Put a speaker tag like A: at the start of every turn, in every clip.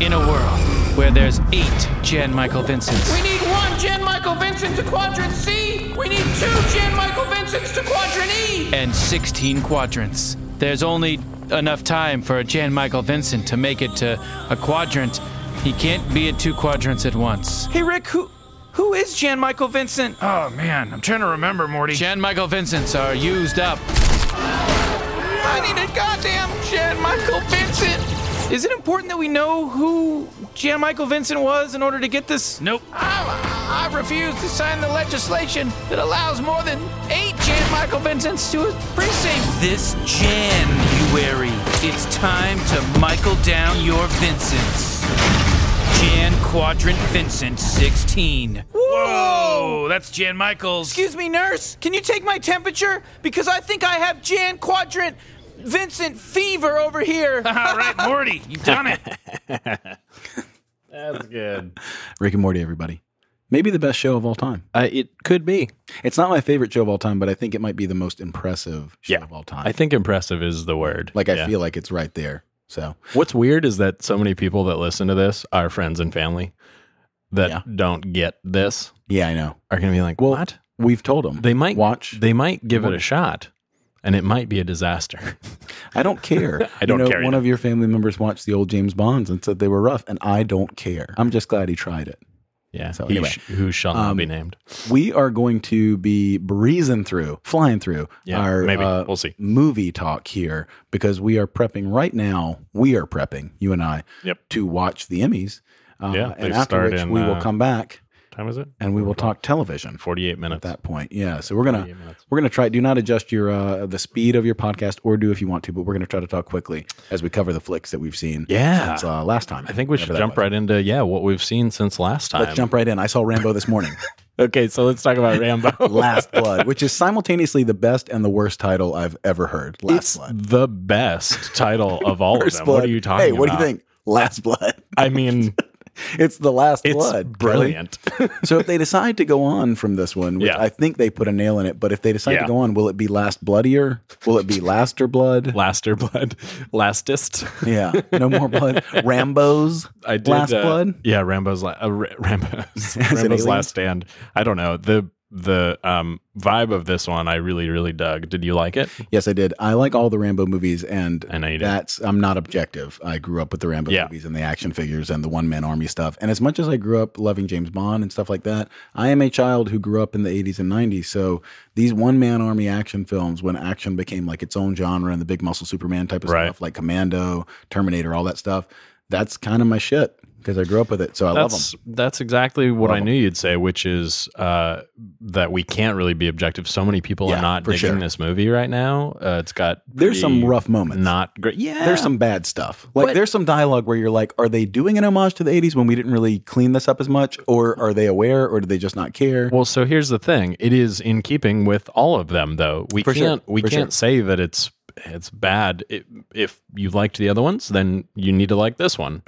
A: in a world where there's eight Jan Michael Vincents.
B: We need one Jan Michael Vincent to quadrant C. We need two Jan Michael Vincents to quadrant E.
A: and 16 quadrants. There's only enough time for a Jan Michael Vincent to make it to a quadrant. He can't be at two quadrants at once.
C: Hey, Rick, who who is Jan Michael Vincent?
D: Oh man, I'm trying to remember, Morty.
A: Jan Michael Vincents are used up.
B: I need a goddamn Jan Michael Vincent.
C: Is it important that we know who Jan Michael Vincent was in order to get this?
D: nope.
B: I, I refuse to sign the legislation that allows more than eight Jan Michael Vincents to a precinct.
E: This January, it's time to Michael down your Vincents. Jan Quadrant Vincent 16.
D: Whoa, that's Jan Michaels.
C: Excuse me, nurse. Can you take my temperature? Because I think I have Jan Quadrant Vincent fever over here.
D: All right, Morty, you've done it.
F: That's good.
G: Rick and Morty, everybody. Maybe the best show of all time. Uh, it could be. It's not my favorite show of all time, but I think it might be the most impressive show
F: Yeah.
G: of all time.
F: I think impressive is the word.
G: like I
F: Yeah.
G: feel like it's right there. So
F: What's weird is that so many people that listen to this are friends and family that
G: Yeah.
F: don't get this
G: yeah, I know.
F: are going to be like, "What?"
G: We've told them
F: They might
G: watch.
F: They might give it a shot, and it might be a disaster.
G: I don't care.
F: I don't
G: you know,
F: care
G: One
F: either.
G: of your family members watched the old James Bonds and said they were rough, and I don't care. I'm just glad he tried it.
F: yeah.
G: So
F: who,
G: anyway,
F: sh- who shall not
G: um,
F: be named?
G: We are going to be breezing through, flying through
F: Yeah,
G: our
F: maybe.
G: uh,
F: We'll see.
G: movie talk here because we are prepping right now. We are prepping, you and I,
F: Yep.
G: to watch the Emmys. Uh,
F: Yeah, they
G: and after
F: start
G: which
F: in,
G: we will
F: uh,
G: come back
F: Time is it?
G: and we will talk television for
F: Forty-eight minutes.
G: that point. Yeah, so we're gonna
F: 48 minutes.
G: we're gonna try. Do not adjust your uh, the speed of your podcast, or do if you want to. But we're gonna try to talk quickly as we cover the flicks that we've seen.
F: Yeah.
G: since, uh, last time.
F: I think we should jump
G: right.
F: right into yeah what we've seen since last time.
G: Let's jump right in. I saw Rambo this morning.
F: Okay, so let's talk about Rambo.
G: Last Blood, which is simultaneously the best and the worst title I've ever heard. Last
F: it's
G: Blood.
F: the best title of all of
G: First
F: them.
G: Blood.
F: What are you talking?
G: Hey, what do
F: about?
G: you think? Last Blood.
F: I mean,
G: It's the last
F: it's
G: blood. Kelly.
F: brilliant.
G: so if they decide to go on from this one, which
F: Yeah.
G: I think they put a nail in it, but if they decide
F: Yeah.
G: to go on, will it be last bloodier? Will it be laster blood?
F: Laster blood, lastest.
G: yeah, no more blood. Rambo's
F: I did
G: last
F: uh,
G: blood.
F: Yeah, Rambo's la- uh, Ra- Rambo's
G: an
F: Rambo's
G: alien?
F: last stand. I don't know the the um vibe of this one. I really really dug. Did you like it?
G: Yes, I did. I like all the Rambo movies, and
F: I know you do.
G: that's I'm not objective. I grew up with the Rambo
F: Yeah.
G: movies and the action figures and the one man army stuff. And as much as I grew up loving James Bond and stuff like that, I am a child who grew up in the 80s and 90s. So these one man army action films, when action became like its own genre and the big muscle Superman type of
F: Right.
G: stuff, like Commando, Terminator, all that stuff, that's kind of my shit because I grew up with it. So I love them.
F: that's that's exactly what I
G: Love 'em.
F: knew you'd say, which is uh, that we can't really be objective. So many people
G: Yeah,
F: are not
G: for
F: digging
G: sure.
F: this movie right now. Uh, it's got
G: There's some
F: pretty
G: rough moments.
F: Not great. Yeah,
G: There's some bad stuff. Like there's some dialogue where you're like, are they doing an homage to the 80s when we didn't really clean this up as much, or are they aware, or do they just not care?
F: Well, so here's the thing. It is in keeping with all of them, though. We
G: For sure.
F: can't we
G: For
F: can't
G: sure.
F: say that it's it's bad. It, if you liked the other ones, then you need to like this one.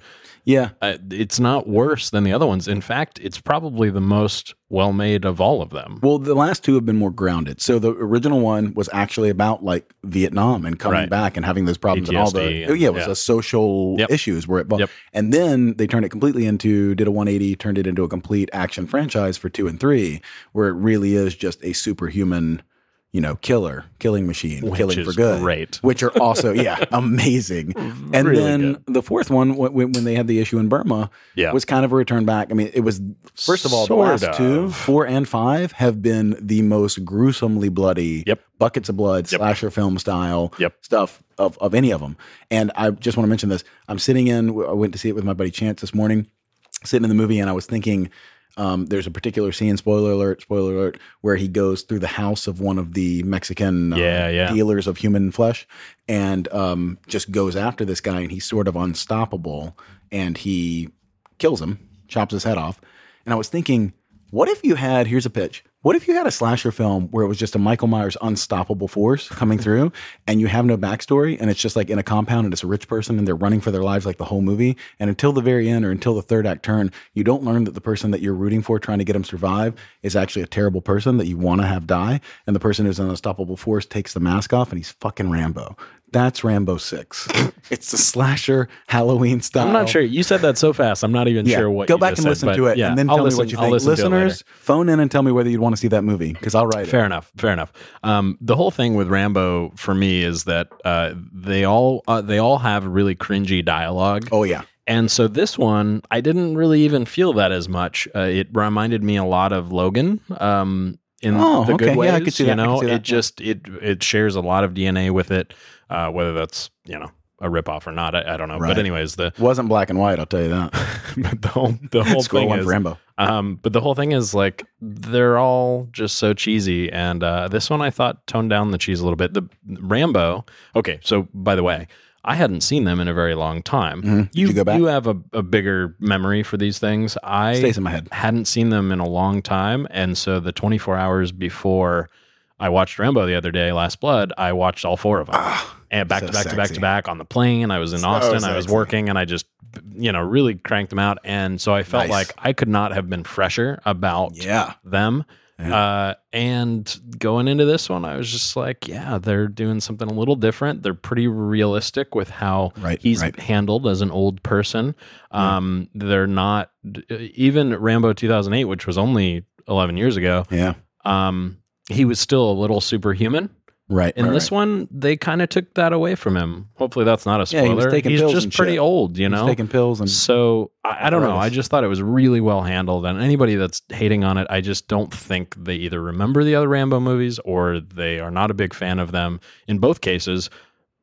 G: yeah,
F: Uh, it's not worse than the other ones. In fact, it's probably the most well made of all of them.
G: Well, the last two have been more grounded. So the original one was actually about like Vietnam and coming
F: Right.
G: back and having those problems and all the Oh,
F: PTSD and-
G: yeah, it was
F: yeah.
G: a social
F: Yep.
G: issues where it bu-
F: Yep.
G: and then they turned it completely into did a 180, turned it into a complete action franchise for 2 and 3 where it really is just a superhuman you know, killer, killing machine,
F: Which
G: killing
F: is
G: for good,
F: great.
G: which are also yeah, amazing. And
F: Really
G: then
F: good.
G: the fourth one, wh- when, when they had the issue in Burma,
F: Yeah.
G: was kind of a return back. I mean, it was first of all the
F: Sort
G: last two,
F: of.
G: four and five have been the most gruesomely bloody
F: Yep.
G: buckets of blood
F: Yep.
G: slasher film style
F: Yep.
G: stuff of, of any of them and i just want to mention this i'm sitting in i went to see it with my buddy chance this morning sitting in the movie and i was thinking um, there's a particular scene spoiler alert spoiler alert where he goes through the house of one of the mexican uh,
F: Yeah, yeah.
G: dealers of human flesh and um, just goes after this guy and he's sort of unstoppable and he kills him, chops his head off. And I was thinking, what if you had, here's a pitch. What if you had a slasher film where it was just a Michael Myers unstoppable force coming through and you have no backstory and it's just like in a compound and it's a rich person and they're running for their lives like the whole movie. And until the very end or until the third act turn, you don't learn that the person that you're rooting for trying to get him survive is actually a terrible person that you want to have die. And the person who's an unstoppable force takes the mask off and he's fucking Rambo. That's Rambo 6. It's the slasher Halloween style.
F: I'm not sure. You said that so fast. I'm not even
G: Yeah,
F: sure what.
G: go
F: you
G: back
F: just
G: and
F: said,
G: listen
F: but
G: to it,
F: yeah,
G: and then
F: I'll
G: tell
F: listen,
G: me what you
F: I'll
G: think.
F: listen to it later.
G: Listeners, phone in and tell me whether you'd want to see that movie because I'll write
F: Fair enough. Fair enough. Um, the whole thing with Rambo for me is that uh, they all uh, they all have really cringy dialogue.
G: it. Oh yeah,
F: And so this one, I didn't really even feel that as much. Uh, it reminded me a lot of Logan. Um, in
G: Oh,
F: the good
G: okay.
F: ways,
G: Yeah, I could see
F: you
G: that. I could
F: know,
G: see that.
F: it just it it shares a lot of DNA with it, uh, whether that's you know a ripoff or not, I, I don't know. But
G: Right.
F: anyways, the
G: wasn't black and white. I'll tell you that.
F: but the whole the whole
G: Score
F: thing
G: one
F: is
G: for Rambo.
F: um, but the whole thing is like they're all just so cheesy, and uh, this one I thought toned down the cheese a little bit. The Rambo. Okay, so by the way, I hadn't seen them in a very long time. You
G: Mm-hmm. you go back?
F: you have a, a bigger memory for these things. I
G: Stays in my head.
F: hadn't seen them in a long time, and so the 24 hours before I watched Rambo the other day, Last Blood, I watched all four of them. and back to back to
G: Ah, so
F: back to
G: sexy.
F: back on the plane. I was in Austin. I was
G: sexy.
F: working and I just, you know, really cranked them out. And so I felt
G: Nice.
F: like I could not have been fresher about
G: Yeah.
F: them. Uh, and going into this one, I was just like, yeah, they're doing something a little different. They're pretty realistic with how
G: Right,
F: he's
G: right.
F: handled as an old person. Um, They're not, even Rambo 2008, which was only 11 years ago,
G: Yeah.
F: um, he was still a little superhuman.
G: Right.
F: In this one, they kind of took that away from him. Hopefully, that's not a
G: Yeah,
F: spoiler.
G: he was taking
F: He's
G: pills
F: just
G: and
F: pretty
G: shit.
F: old, you
G: He's
F: know.
G: taking pills and
F: so I, I don't know.
G: Arthritis.
F: I just thought it was really well handled, and anybody that's hating on it, I just don't think they either remember the other Rambo movies or they are not a big fan of them. In both cases,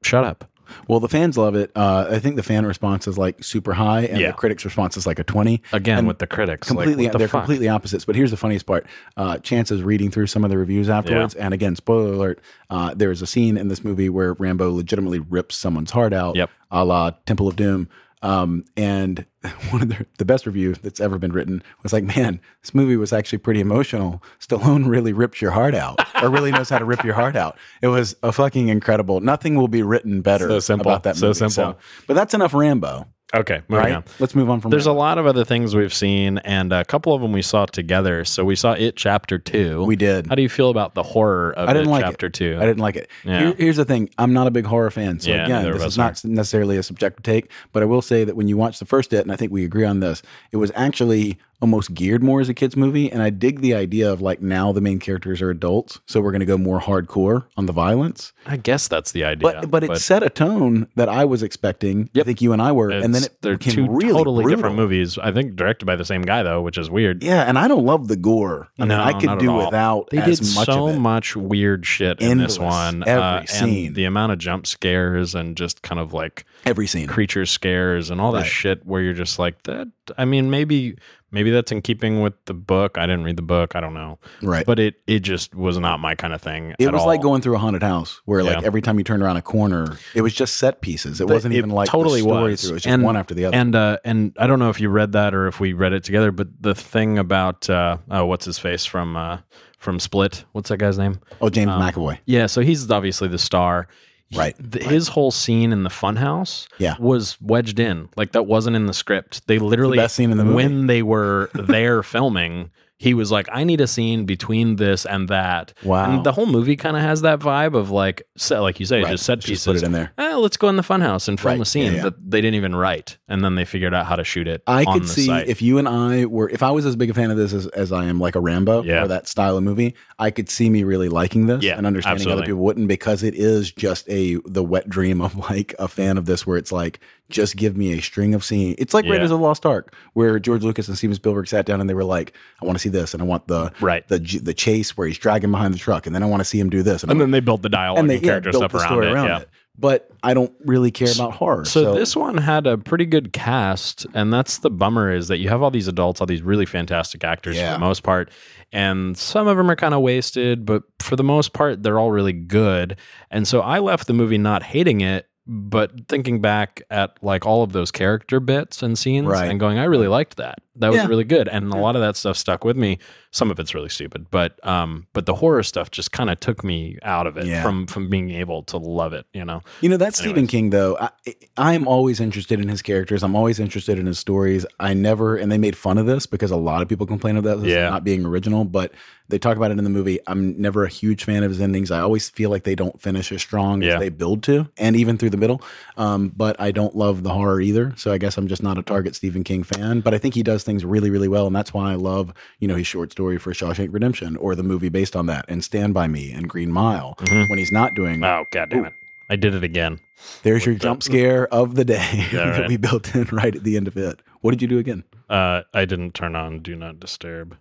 F: shut up.
G: Well, the fans love it. Uh, I think the fan response is like super high, and
F: Yeah.
G: the critics' response is like a twenty.
F: Again,
G: And
F: with the critics, Like,
G: completely,
F: what the
G: they're
F: fuck?
G: completely opposites. But here's the funniest part: uh, Chance is reading through some of the reviews afterwards, and again, spoiler alert: uh, there is a scene in this movie where Rambo legitimately rips someone's heart out,
F: Yep.
G: a la Temple of Doom. Um, and one of the, the best review that's ever been written was like, "Man, this movie was actually pretty emotional. Stallone really rips your heart out, or really knows how to rip your heart out. It was a fucking incredible. Nothing will be written better
F: So simple.
G: about that
F: So
G: movie.
F: simple.
G: but that's enough Rambo,
F: Okay, moving
G: right?
F: on.
G: Let's move on from.
F: There's a
G: Rambo.
F: lot of other things we've seen, and a couple of them we saw together. So we saw it chapter two.
G: We did.
F: How do you feel about the horror of
G: I didn't
F: it
G: like
F: chapter
G: it.
F: two?
G: I didn't like it.
F: Yeah.
G: Here- here's the thing: I'm not a big horror fan, so
F: Yeah, neither
G: again,
F: of
G: this
F: us
G: is not necessarily a subjective take. But I will say that when you watch the first it, and I think we agree on this, it was actually almost geared more as a kids movie. And I dig the idea of like now the main characters are adults, so we're going to go more hardcore on the violence.
F: I guess that's the idea.
G: But but it set a tone that I was expecting. I think you and I were, and then
F: it's-
G: it
F: they're two
G: became really
F: totally
G: brutal.
F: different movies. I think directed by the same guy though, which is weird.
G: Yeah, and I don't love the gore. I mean,
F: No,
G: I
F: not
G: could
F: at
G: do
F: all.
G: without
F: They
G: as
F: did
G: much
F: so
G: of it.
F: much weird shit in this
G: Endless.
F: one. uh,
G: Every
F: and
G: scene.
F: the amount of jump scares and just kind of like
G: Every scene.
F: creature scares and all this
G: Right.
F: shit where you're just like that. I mean, maybe maybe that's in keeping with the book. I didn't read the book. I don't know.
G: Right.
F: But it it just was not my kind of thing.
G: It
F: at
G: was
F: all.
G: like going through a haunted house where like
F: Yeah.
G: every time you turned around a corner, it was just set pieces. It
F: But
G: wasn't
F: it
G: even like
F: totally
G: the story
F: was.
G: through. It was just
F: And-
G: one after the other.
F: And uh, and I don't know if you read that or if we read it together, but the thing about uh, oh, what's his face from uh, from Split? What's that guy's name?
G: oh, James McAvoy.
F: Yeah, so he's obviously the star. He-
G: Right,
F: th- His whole scene in the funhouse
G: Yeah.
F: was wedged in. Like that wasn't in the script. They literally
G: best scene in the movie.
F: when they were there filming, he was like, I need a scene between this and that.
G: Wow.
F: And the whole movie kind of has that vibe of like set like you say,
G: Right.
F: just set
G: Just
F: pieces.
G: put it in there.
F: "Eh, let's go in the funhouse and film
G: Right.
F: a scene
G: Yeah, yeah.
F: that they didn't even write. And then they figured out how to shoot it.
G: I
F: on
G: could
F: the
G: see
F: site.
G: if you and I were, if I was as big a fan of this as, as I am, like a Rambo
F: Yeah.
G: or that style of movie, I could see me really liking this
F: Yeah,
G: and understanding
F: absolutely.
G: other people wouldn't because it is just a the wet dream of like a fan of this where it's like just give me a string of scenes. It's like
F: Yeah.
G: Raiders of the Lost Ark where George Lucas and Steven Spielberg sat down and they were like, I want to see this and I want the
F: Right.
G: the the chase where he's dragging behind the truck and then I want to see him do this I
F: and
G: want-
F: then they built the dialogue and,
G: yeah,
F: character
G: built
F: stuff
G: the
F: around
G: story
F: it. yeah.
G: But I don't really care about horror.
F: So, this one had a pretty good cast, and that's the bummer is that you have all these adults, all these really fantastic actors for
G: Yeah.
F: the most part, and some of them are kind of wasted, but for the most part, they're all really good. And so I left the movie not hating it, but thinking back at like all of those character bits and scenes
G: Right.
F: and going, I really liked that. That was
G: Yeah.
F: really good, and a lot of that stuff stuck with me. Some of it's really stupid, but um, but the horror stuff just kind of took me out of it
G: Yeah.
F: from from being able to love it. You know,
G: You know, that's Stephen King, though. I, I'm always interested in his characters. I'm always interested in his stories. I never, and they made fun of this because a lot of people complain of that as
F: Yeah.
G: not being original, but they talk about it in the movie. I'm never a huge fan of his endings. I always feel like they don't finish as strong
F: Yeah.
G: as they build to, and even through the middle. Um, but I don't love the horror either. So I guess I'm just not a target Stephen King fan. But I think he does things really, really well. And that's why I love, you know, his short story for Shawshank Redemption or the movie based on that and Stand By Me and Green Mile
F: Mm-hmm.
G: when he's not doing
F: oh god damn it, I did it again.
G: there's your jump scare of the day that
F: right.
G: we built in right at the end of it. What did you do again?
F: Uh, I didn't turn on Do Not Disturb.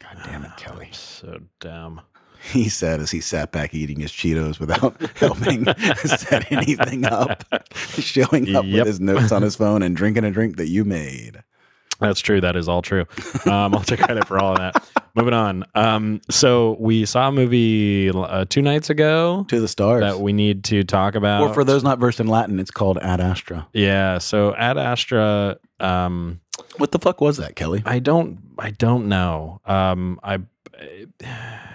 G: God damn it, Kelly.
F: So damn.
G: He said as he sat back eating his Cheetos without helping set anything up, showing up
F: Yep.
G: with his notes on his phone and drinking a drink that you made.
F: That's true. That is all true. Um, I'll take credit for all of that. Moving on. Um, so we saw a movie uh, two nights ago
G: To the stars.
F: that we need to talk about.
G: or for those not versed in Latin, it's called Ad Astra.
F: yeah. So Ad Astra. Um,
G: What the fuck was that, Kelly?
F: I don't. I don't know. Um, I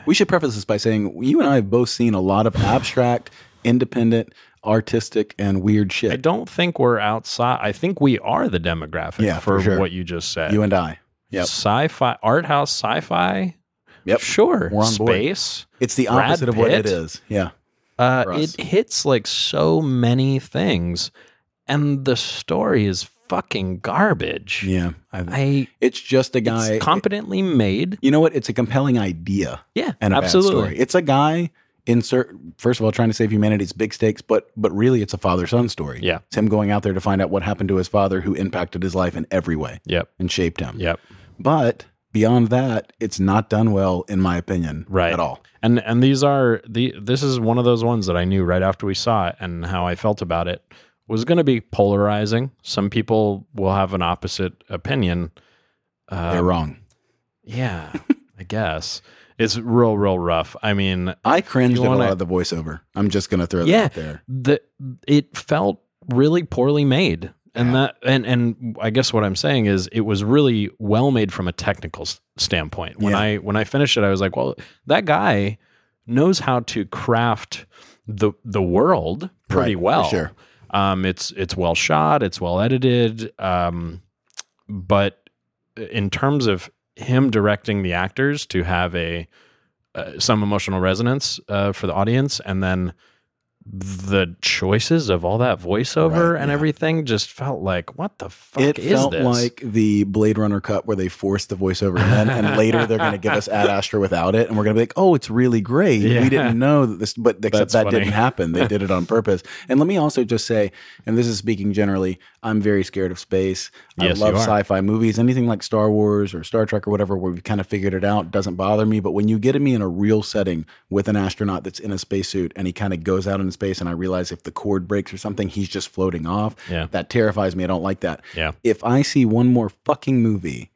G: We should preface this by saying you and I have both seen a lot of abstract, independent, artistic, and weird
F: I
G: shit.
F: don't think we're outside. I think we are the demographic
G: Yeah,
F: for,
G: for sure.
F: what you just said.
G: You and I. Yep.
F: Sci-fi, art house, sci-fi.
G: Yep.
F: Sure.
G: We're on board.
F: Space.
G: It's the
F: Brad
G: opposite of what it
F: Pitt?
G: is. Yeah.
F: Uh,
G: for us.
F: it hits like so many things, and the story is fucking garbage.
G: Yeah. I,
F: I
G: It's just a
F: it's
G: guy.
F: competently made.
G: you know what? It's a compelling idea
F: Yeah,
G: and a
F: absolutely.
G: bad story. It's a guy insert first of all trying to save humanity's big stakes, but but really it's a father son story.
F: Yeah.
G: it's him going out there to find out what happened to his father, who impacted his life in every way
F: Yep.
G: and shaped him.
F: Yep.
G: But beyond that, it's not done well, in my opinion,
F: Right.
G: at all.
F: And and these are the this is one of those ones that I knew right after we saw it and how I felt about it was going to be polarizing. Some people will have an opposite opinion. Uh,
G: They're wrong.
F: Yeah, I guess it's real real rough. I mean,
G: I cringed at a
F: wanna-
G: lot of the voiceover. I'm just gonna throw that
F: yeah,
G: out there.
F: the it felt really poorly made. And that and and I guess what I'm saying is it was really well made from a technical s- standpoint. When
G: Yeah.
F: I when I finished it I was like, well, that guy knows how to craft the the world pretty
G: Right, for
F: well.
G: sure.
F: Um it's it's well shot, it's well edited, um but in terms of him directing the actors to have a uh, some emotional resonance uh, for the audience and then the choices of all that voiceover
G: Right,
F: and
G: yeah.
F: everything just felt like what the fuck
G: It
F: is
G: felt
F: this?
G: like the Blade Runner cut where they forced the voiceover in, and later they're going to give us Ad Astra without it, and we're going to be like, "Oh, it's really great."
F: Yeah.
G: We didn't know that this, but except
F: That's
G: that
F: funny.
G: didn't happen. They did it on purpose. And let me also just say, and this is speaking generally, I'm very scared of space.
F: Yes, you
G: I love
F: are.
G: sci-fi movies. Anything like Star Wars or Star Trek or whatever, where we've kind of figured it out, doesn't bother me. But when you get me in a real setting with an astronaut that's in a spacesuit and he kind of goes out into space, and I realize if the cord breaks or something, he's just floating off.
F: Yeah.
G: That terrifies me. I don't like that
F: yeah,
G: if I see one more fucking movie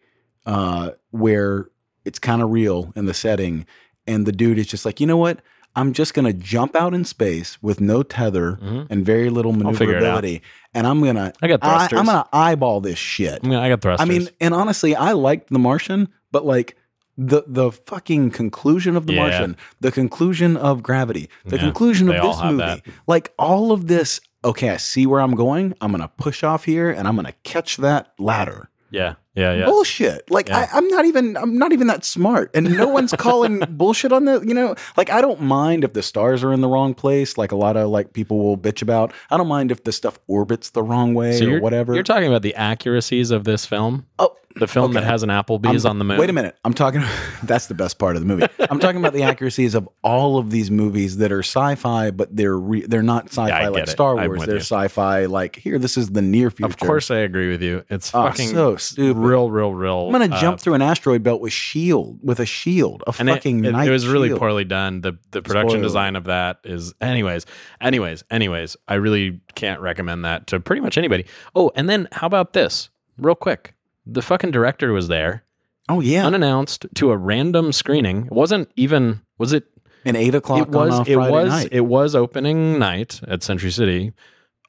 G: uh, where it's kind of real in the setting, and the dude is just like, you know what? I'm just gonna jump out in space with no tether and very little
F: Mm-hmm. figure it out.
G: maneuverability, and I'm gonna
F: I got thrusters.
G: I, am gonna eyeball this shit.
F: I mean, I got thrusters.
G: I mean, and honestly, I liked The Martian, but like the the fucking conclusion of The
F: Yeah.
G: Martian, the conclusion of Gravity, the conclusion of
F: they all
G: this
F: have
G: movie,
F: that.
G: like all of this. Okay, I see where I'm going. I'm gonna push off here, and I'm gonna catch that ladder.
F: yeah, yeah, yeah.
G: Bullshit! Like I, I'm not even I'm not even that smart, and no one's calling bullshit on the. You know, like I don't mind if the stars are in the wrong place. Like a lot of like people will bitch about. I don't mind if the stuff orbits the wrong way
F: So
G: or
F: you're,
G: whatever.
F: You're talking about the accuracies of this film.
G: oh,
F: The film that has an Applebee's
G: I'm-
F: on the moon.
G: Wait a minute. I'm talking. That's the best part of the movie. I'm talking about the accuracies of all of these movies that are sci-fi, but they're re, they're not sci-fi
F: Yeah, I
G: like
F: get it.
G: Star
F: I'm
G: Wars.
F: with
G: They're
F: you.
G: sci-fi like here. This is the near future.
F: Of course, I agree with you. It's
G: Ah,
F: fucking
G: so stupid.
F: real, real, real.
G: I'm gonna
F: uh,
G: jump through an asteroid belt with shield with a shield, a
F: and it-
G: fucking
F: it,
G: knife
F: it was really
G: shield.
F: poorly done. The the production
G: Spoiler.
F: design of that is anyways, anyways, anyways. I really can't recommend that to pretty much anybody. Oh, and then how about this? Real quick. The fucking director was there,
G: Oh yeah,
F: unannounced to a random screening. It wasn't even was it
G: an eight o'clock.
F: it was
G: on a
F: it
G: Friday
F: was
G: night.
F: it was opening night at Century City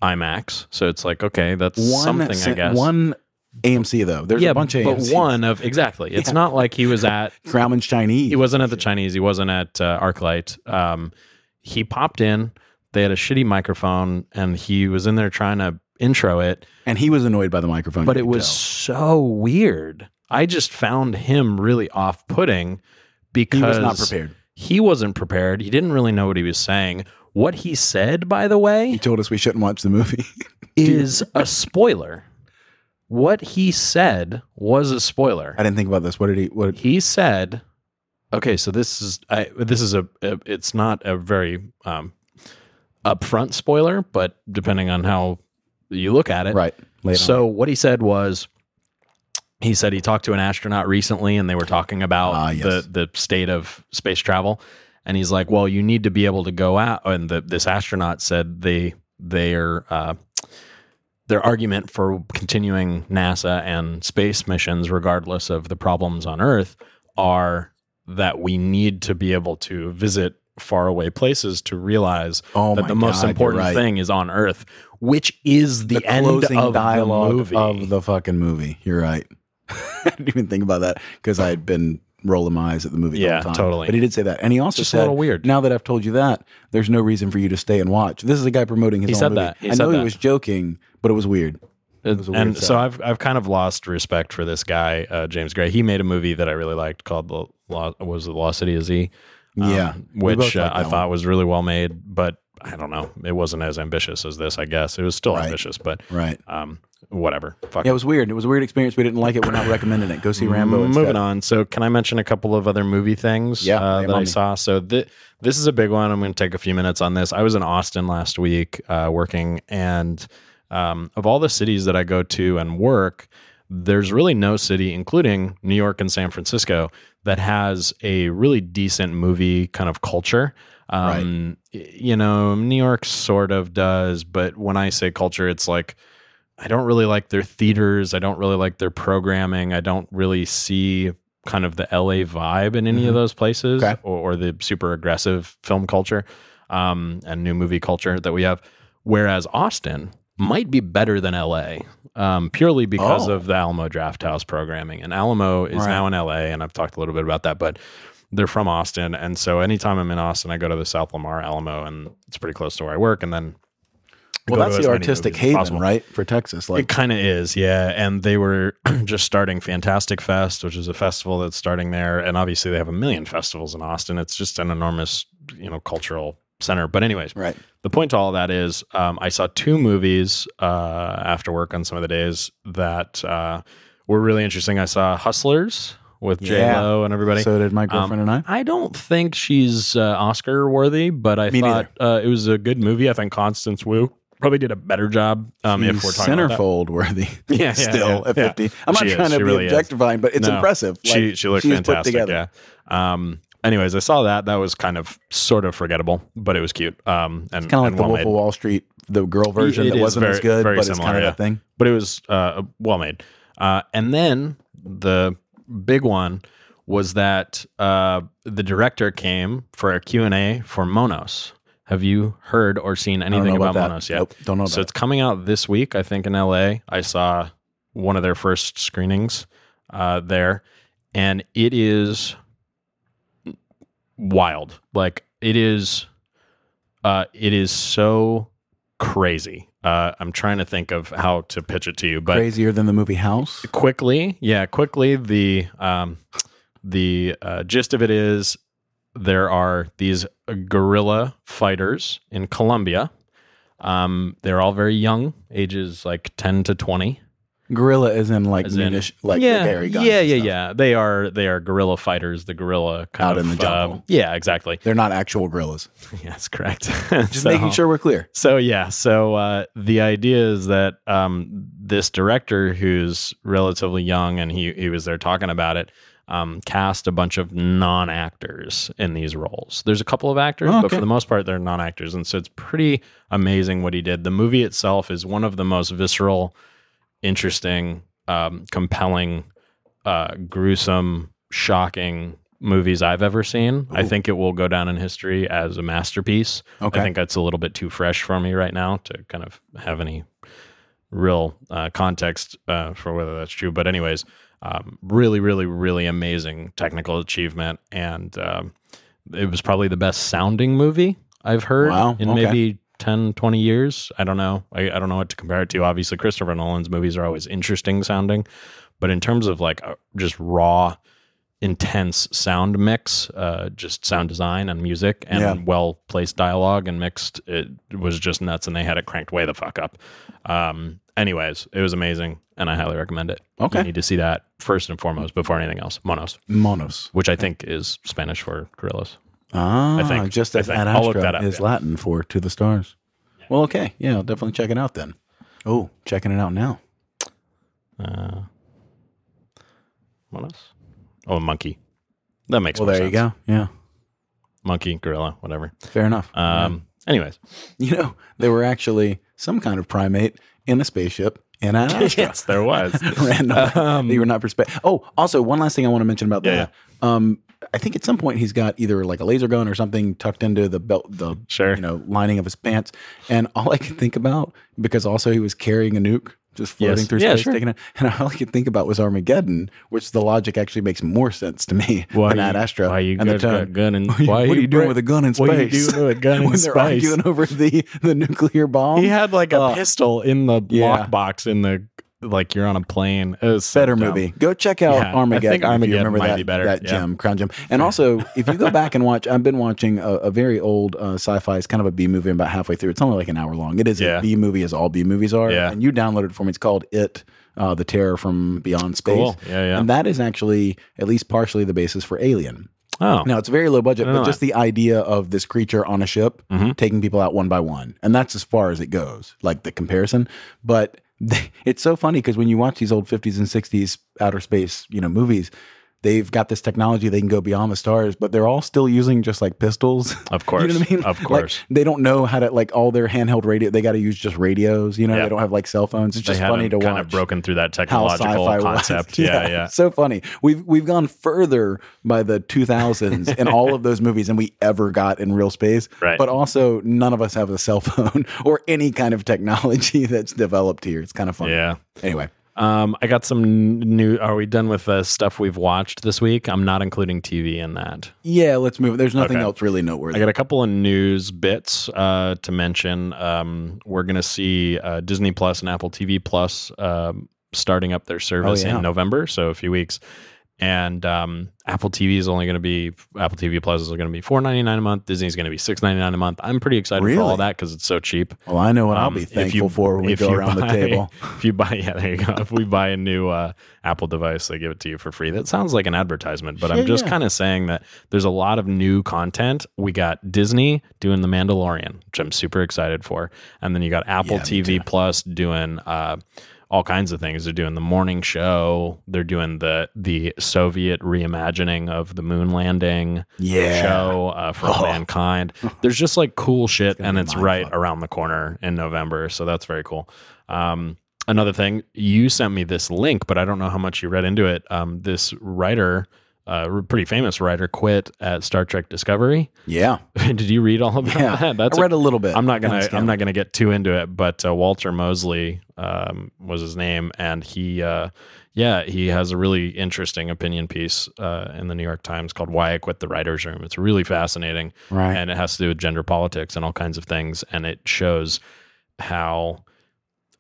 F: IMAX. So it's like, okay, that's
G: one
F: something I
G: sen-
F: guess.
G: one AMC though. There's
F: yeah,
G: a bunch of
F: but
G: AMCs.
F: one of exactly. It's not like he was at
G: Grauman's Chinese.
F: he wasn't at the Chinese. He wasn't at uh, ArcLight. Um, he popped in. They had a shitty microphone, and he was in there trying to intro it,
G: and he was annoyed by the microphone.
F: but
G: you
F: it
G: could
F: was
G: tell.
F: so weird. I just found him really off-putting because
G: he was not prepared.
F: He wasn't prepared. He didn't really know what he was saying. What he said, by the way,
G: He told us we shouldn't watch the movie.
F: is a spoiler. What he said was a spoiler.
G: I didn't think about this. What did he? What?
F: He said, "Okay, so this is I, this is a, a- it's not a very um, upfront spoiler, but depending on how you look at it,
G: right. Later
F: So what he said was." He said he talked to an astronaut recently and they were talking about
G: Ah, yes.
F: the, the state of space travel. And he's like, well, you need to be able to go out. And the, this astronaut said they, their, uh, their argument for continuing NASA and space missions, regardless of the problems on Earth, are that we need to be able to visit faraway places to realize
G: Oh
F: that
G: my
F: the most
G: God, you're
F: important
G: right.
F: thing is on Earth, which is the,
G: the,
F: end
G: closing
F: of
G: dialogue
F: the movie.
G: of the fucking movie. You're right. I didn't even think about that because I had been rolling my eyes at the movie. the
F: Yeah,
G: whole time.
F: totally.
G: But he did say that, and he also
F: Just a
G: said,
F: little weird.
G: Now that I've told you that, there's no reason for you to stay and watch. This is a guy promoting his
F: He
G: own
F: said
G: movie.
F: that. He
G: I
F: said
G: know he
F: that.
G: was joking, but it was weird. It was a weird
F: and so
G: setup.
F: I've I've kind of lost respect for this guy, uh, James Gray. He made a movie that I really liked called the Law, was it Lost City of Z,
G: yeah, we both
F: Um, which
G: liked
F: uh,
G: that
F: I
G: one.
F: thought was really well made, but I don't know, it wasn't as ambitious as this. I guess it was still
G: Right.
F: ambitious, but
G: Right.
F: um, whatever. Fuck.
G: Yeah, it was weird. It was a weird experience. We didn't like it. We're not recommending it. Go see Rambo.
F: Moving
G: instead.
F: on. So, can I mention a couple of other movie things
G: Yeah,
F: uh,
G: lay 'em
F: that
G: on
F: I
G: me.
F: saw? So, th- this is a big one. I'm going to take a few minutes on this. I was in Austin last week uh, working, and um, of all the cities that I go to and work, there's really no city, including New York and San Francisco, that has a really decent movie kind of culture. Um, y- You know, New York sort of does, but when I say culture, it's like I don't really like their theaters. I don't really like their programming. I don't really see kind of the LA vibe in any of those places
G: Mm-hmm. Okay.
F: or, or the super aggressive film culture um, and new movie culture that we have. Whereas Austin might be better than LA um, purely because
G: Oh.
F: of the Alamo Draft House programming. And Alamo is now in LA, and I've talked a little bit about that, but they're from Austin. And so anytime I'm in Austin, I go to the South Lamar Alamo, and it's pretty close to where I work. And then go
G: Well,
F: to
G: that's
F: as
G: the
F: many
G: artistic
F: movies as
G: haven,
F: possible.
G: right, for Texas. Like
F: It kind of is, yeah. And they were just starting Fantastic Fest, which is a festival that's starting there. And obviously, they have a million festivals in Austin. It's just an enormous, you know, cultural center. But anyways,
G: Right.
F: The point to all that is, um, I saw two movies uh, after work on some of the days that uh, were really interesting. I saw Hustlers with J
G: Yeah.
F: Lo and everybody.
G: So did my girlfriend and I.
F: I don't think she's uh, Oscar worthy, but I
G: Me
F: thought uh, it was a good movie. I think Constance Wu probably did a better job. Um, if we're talking about that.
G: centerfold worthy.
F: yeah,
G: still
F: yeah,
G: at
F: yeah.
G: fifty. I'm not
F: She is.
G: trying
F: She
G: to be
F: really is.
G: objectifying, but it's
F: No.
G: impressive.
F: she
G: Like,
F: she looked
G: was put
F: fantastic. Yeah. Um. Anyways, I saw that. That was kind of sort of forgettable, but it was cute. Um. And
G: Kind of
F: and
G: like the
F: well
G: Wolf
F: made.
G: of Wall Street, the girl version
F: It
G: that
F: is
G: wasn't
F: very-
G: as good,
F: very
G: but it's
F: similar,
G: kind of
F: yeah.
G: that thing.
F: but it was uh, well made. Uh, and then the big one was that uh, the director came for a Q&A for Monos. Have you heard or seen anything
G: know
F: about,
G: about that.
F: Monos yet?
G: Nope, don't know
F: So
G: about
F: it's coming out this week, I think, in LA. I saw one of their first screenings uh, there, and it is wild. Like it is, uh, it is so crazy. Uh, I'm trying to think of how to pitch it to you, but
G: Crazier than the movie House.
F: quickly yeah quickly the um the uh, gist of it is there are these guerrilla fighters in colombia um they're all very young ages like 10 to 20
G: Gorilla is in like
F: As in-
G: munition, like
F: yeah
G: very guns.
F: yeah
G: and
F: yeah
G: stuff.
F: yeah they are they are guerrilla fighters the guerrilla kind
G: Out
F: of
G: in the jungle.
F: um, yeah exactly
G: They're not actual gorillas.
F: yes correct
G: Just making sure we're clear.
F: So yeah, so uh, the idea is that um, this director, who's relatively young, and he he was there talking about it, um, cast a bunch of non actors in these roles. There's a couple of actors, but for the most part, they're non actors, and so it's pretty amazing what he did. The movie itself is one of the most visceral, interesting, um, compelling, uh, gruesome, shocking movies I've ever seen. I think it will go down in history as a masterpiece.
G: Okay.
F: I think that's a little bit too fresh for me right now to kind of have any real uh, context uh, for whether that's true. But anyways, um, really, really, really amazing technical achievement, and um, it was probably the best sounding movie I've heard
G: Wow,
F: in
G: okay.
F: maybe 10, 20 years. I don't know. I, I don't know what to compare it to. Obviously, Christopher Nolan's movies are always interesting sounding, but in terms of like uh, just raw intense sound mix, uh, just sound design and music and
G: Yeah.
F: well placed dialogue and mixed. It was just nuts, and they had it cranked way the fuck up. Um, anyways, it was amazing, and I highly recommend it.
G: Okay.
F: you need to see that first and foremost before anything else. Monos,
G: Monos.
F: which I think is Spanish for gorillas.
G: Ah,
F: think.
G: just
F: I
G: as
F: think.
G: Ad
F: I'll look
G: Astra
F: that up,
G: is
F: yeah.
G: Latin for to the stars. Well, okay. Yeah, I'll definitely check it out then. Oh, checking it out now.
F: Uh, monos. Oh, monkey. That makes
G: Well,
F: more
G: there you
F: sense.
G: go. Yeah,
F: Monkey, gorilla, whatever.
G: fair enough.
F: Um, Anyways,
G: you know, they were actually some kind of primate in a spaceship in Ad Astra.
F: yes, there was.
G: random. you were not perspective. Oh, also one last thing I want to mention about
F: Yeah,
G: that. Um, I think at some point he's got either like a laser gun or something tucked into the belt, the
F: Sure.
G: you know lining of his pants. And all I could think about because also he was carrying a nuke. Just floating
F: Yes.
G: through
F: Yeah,
G: space,
F: sure.
G: taking it, and all I could think about was Armageddon, which the logic actually makes more sense to me
F: Why
G: than
F: you-
G: Ad Astra.
F: why you
G: and
F: guys
G: the
F: got
G: tone.
F: gun in-
G: What are you-
F: why
G: what are
F: you
G: you doing
F: bra-
G: with a gun in space?
F: what are you doing with a gun in
G: when they're
F: space?
G: arguing over the the nuclear bomb?
F: He had like a
G: Uh,
F: pistol in the
G: yeah.
F: lockbox in the like you're on a plane. It was so
G: better
F: dumb.
G: movie. Go check out
F: Yeah, I think
G: Armageddon. if you
F: Armageddon
G: remember
F: might
G: that,
F: be better,
G: that
F: yeah.
G: gem, crown gem. And also, if you go back and watch, I've been watching a, a very old uh, sci-fi. It's kind of a B movie. I'm about halfway through. It's only like an hour long. It is
F: Yeah.
G: a B movie, as all B movies are.
F: Yeah.
G: And you downloaded it for me. It's called It. Uh, the terror from beyond space.
F: Cool. Yeah, yeah.
G: And that is actually at least partially the basis for Alien.
F: Oh,
G: Now it's very low budget,
F: know
G: but just
F: that.
G: the idea of this creature on a ship
F: Mm-hmm.
G: taking people out one by one, and that's as far as it goes, like the comparison. But they, it's so funny because when you watch these old fifties and sixties outer space, you know, movies, they've got this technology they can go beyond the stars, but they're all still using just like pistols.
F: Of
G: you know what
F: course.
G: I mean?
F: Of
G: Like,
F: course.
G: they don't know how to like all their handheld radio. They got to use just radios. You know,
F: Yeah.
G: they don't have like cell phones. It's
F: they
G: just
F: haven't
G: funny to
F: kind
G: watch
F: of broken through that
G: how
F: technological
G: sci-fi
F: concept.
G: Was.
F: yeah, yeah.
G: So funny. We've we've gone further by the 2000s in all of those movies than we ever got in real space.
F: Right.
G: But also, none of us have a cell phone or any kind of technology that's developed here. It's kind of funny.
F: Yeah.
G: Anyway,
F: Um, I got some n- new. Are we done with the stuff we've watched this week? I'm not including TV in that.
G: yeah. Let's move. There's nothing
F: Okay.
G: else really noteworthy.
F: I got a couple of news bits uh, to mention. Um, we're going to see uh, Disney Plus and Apple TV Plus um, starting up their service
G: Oh, yeah.
F: in November, so a few weeks. And um, Apple TV is only going to be Apple TV Plus is going to be four ninety nine a month. Disney's going to be six ninety nine a month. I'm pretty excited for all
G: Really?
F: that because it's so cheap.
G: well, Oh, I know what I'll
F: Um,
G: be
F: if
G: thankful for when we
F: if
G: go
F: you
G: around the
F: buy-
G: table.
F: If you buy, yeah, there you go. if we buy a new uh, Apple device, they give it to you for free. That sounds like an advertisement, but I'm just kind of saying that there's a lot of new content. We got Disney doing The Mandalorian, which I'm super excited for, and then you got Apple TV Plus doing. Uh, all kinds of things. They're doing the morning show. They're doing the the Soviet reimagining of the moon landing
G: Yeah.
F: show uh, from mankind. There's just like cool shit, and it's right around the corner in November, so that's very cool. Um, another thing, you sent me this link, but I don't know how much you read into it. Um, this writer, uh, pretty famous writer, quit at Star Trek Discovery.
G: Yeah.
F: Did you read all about
G: Yeah.
F: that?
G: I read a little bit.
F: I'm not gonna.
G: Timestamp.
F: I'm not gonna get too into it. But uh, Walter Mosley um, was his name, and he, uh, yeah, he has a really interesting opinion piece uh, in the New York Times called "Why I Quit the Writers' Room." It's really fascinating,
G: Right.
F: And it has to do with gender politics and all kinds of things, and it shows how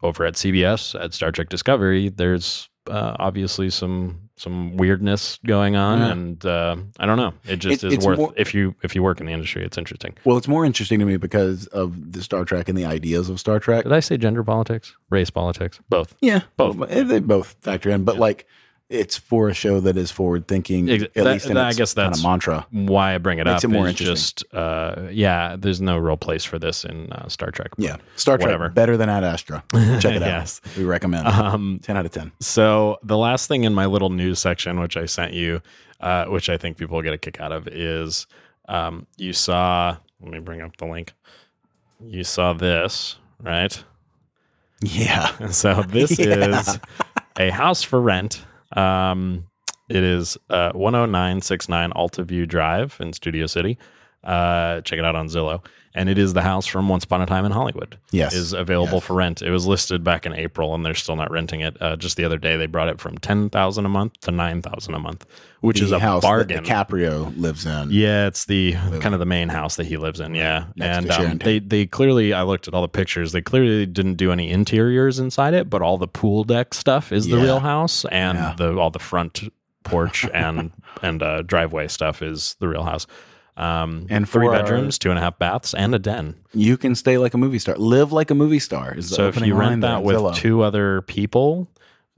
F: over at CBS at Star Trek Discovery, there's uh, obviously some some weirdness going on,
G: Yeah.
F: and uh, I don't know. It just
G: It-
F: is
G: it's
F: worth
G: more-
F: if you if you work in the industry, it's interesting.
G: Well, it's more interesting to me because of the Star Trek and the ideas of Star Trek.
F: Did I say gender politics? Race politics? Both.
G: Yeah,
F: Both.
G: Well, They both factor in, but like it's for a show that is forward thinking.
F: Ex-
G: at
F: that-
G: least in
F: that- I
G: its
F: guess
G: kind
F: that's-
G: of mantra.
F: Why I bring it
G: Makes
F: up
G: it more
F: is
G: interesting.
F: just, uh, yeah, there's no real place for this in uh, Star Trek.
G: Yeah, Star Trek
F: Whatever.
G: better than Ad Astra. Check it out.
F: Yes.
G: We recommend. it.
F: Um,
G: ten out of ten.
F: so the last thing in my little news section, which I sent you, uh, which I think people will get a kick out of, is um, you saw, let me bring up the link. You saw this, right?
G: Yeah,
F: So this is a house for rent. oh Um, it is uh, 10969 Alta View Drive in Studio City. Uh, check it out on Zillow, and it is the house from Once Upon a Time in Hollywood.
G: Yes.
F: is available for rent. It was listed back in April, and they're still not renting it. Uh, just the other day, they brought it from ten thousand a month to nine thousand a month, which is
G: the
F: a
G: house
F: bargain.
G: that DiCaprio lives in.
F: Yeah, it's the kind of the main house that he lives in. Yeah,
G: Next
F: and
G: to
F: um,
G: Sharon
F: they they clearly I looked at all the pictures. They clearly didn't do any interiors inside it, but all the pool deck stuff is the
G: Yeah.
F: real house, and the all the front porch and and uh, driveway stuff is the real house. Um,
G: And
F: three
G: for our-
F: bedrooms, two and a half baths, and a den.
G: You can stay like a movie star. Live like a movie star is the
F: So if
G: opening
F: you
G: line
F: rent
G: there
F: that
G: on
F: with
G: Zillow.
F: two other people,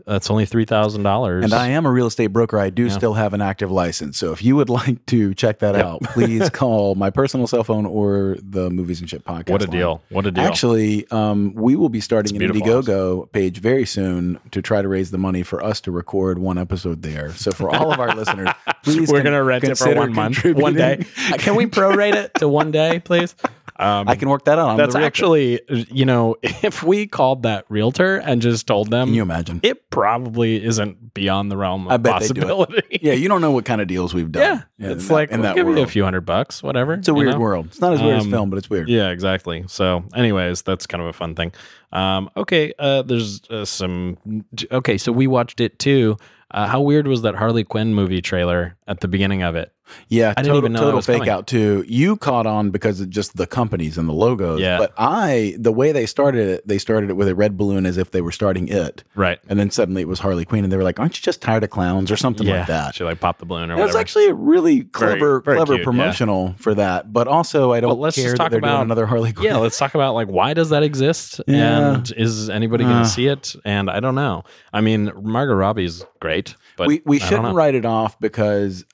F: that's only three thousand dollars.
G: And I am a real estate broker. I do still have an active license. So if you would like to check that out, please call my personal cell phone or the Movies and Shit podcast.
F: What a
G: line.
F: deal! What a deal!
G: Actually, um, we will be starting an
F: beautiful house.
G: Indiegogo page very soon to try to raise the money for us to record one episode there. So for all of our listeners, please
F: we're
G: con-
F: gonna rent it for
G: consider
F: one month, one day.
G: contributing.
F: Can we prorate it to one day, please?
G: I can work that out. I'm
F: That's
G: the realtor.
F: actually, you know, if we called that realtor and just told them,
G: Can you imagine?
F: It probably isn't beyond the realm of
G: I bet they do it.
F: possibility.
G: yeah, you don't know what kind of deals we've done.
F: yeah,
G: in
F: it's
G: that-
F: like
G: in
F: we'll
G: that
F: give
G: world.
F: you a few hundred bucks, whatever.
G: It's a weird world. It's not as weird as
F: Um,
G: film, but it's weird.
F: Yeah, exactly. So, anyways, that's kind of a fun thing. Um, okay, uh, there's uh, some. Okay, so we watched it too. Uh, how weird was that Harley Quinn movie trailer at the beginning of it?
G: Yeah,
F: I didn't
G: total,
F: even know that
G: total
F: was
G: fake
F: coming.
G: out too. You caught on because of just the companies and the logos.
F: Yeah.
G: But I, the way they started it, they started it with a red balloon as if they were starting it,
F: Right.
G: and then suddenly it was Harley Quinn, and they were like, "Aren't you just tired of clowns?" or something
F: yeah,
G: like that.
F: She like popped the balloon or
G: It was
F: whatever.
G: actually a really clever,
F: very
G: clever
F: cute, yeah.
G: promotional for that. But also, I don't
F: Well, let's
G: care
F: just
G: that
F: talk
G: they're
F: about-
G: doing another Harley Quinn.
F: yeah, let's talk about like why does that exist
G: Yeah. Uh.
F: and is anybody going to see it? And I don't know. I mean, Margot Robbie's great, but
G: we we
F: I don't
G: shouldn't
F: know.
G: write it off because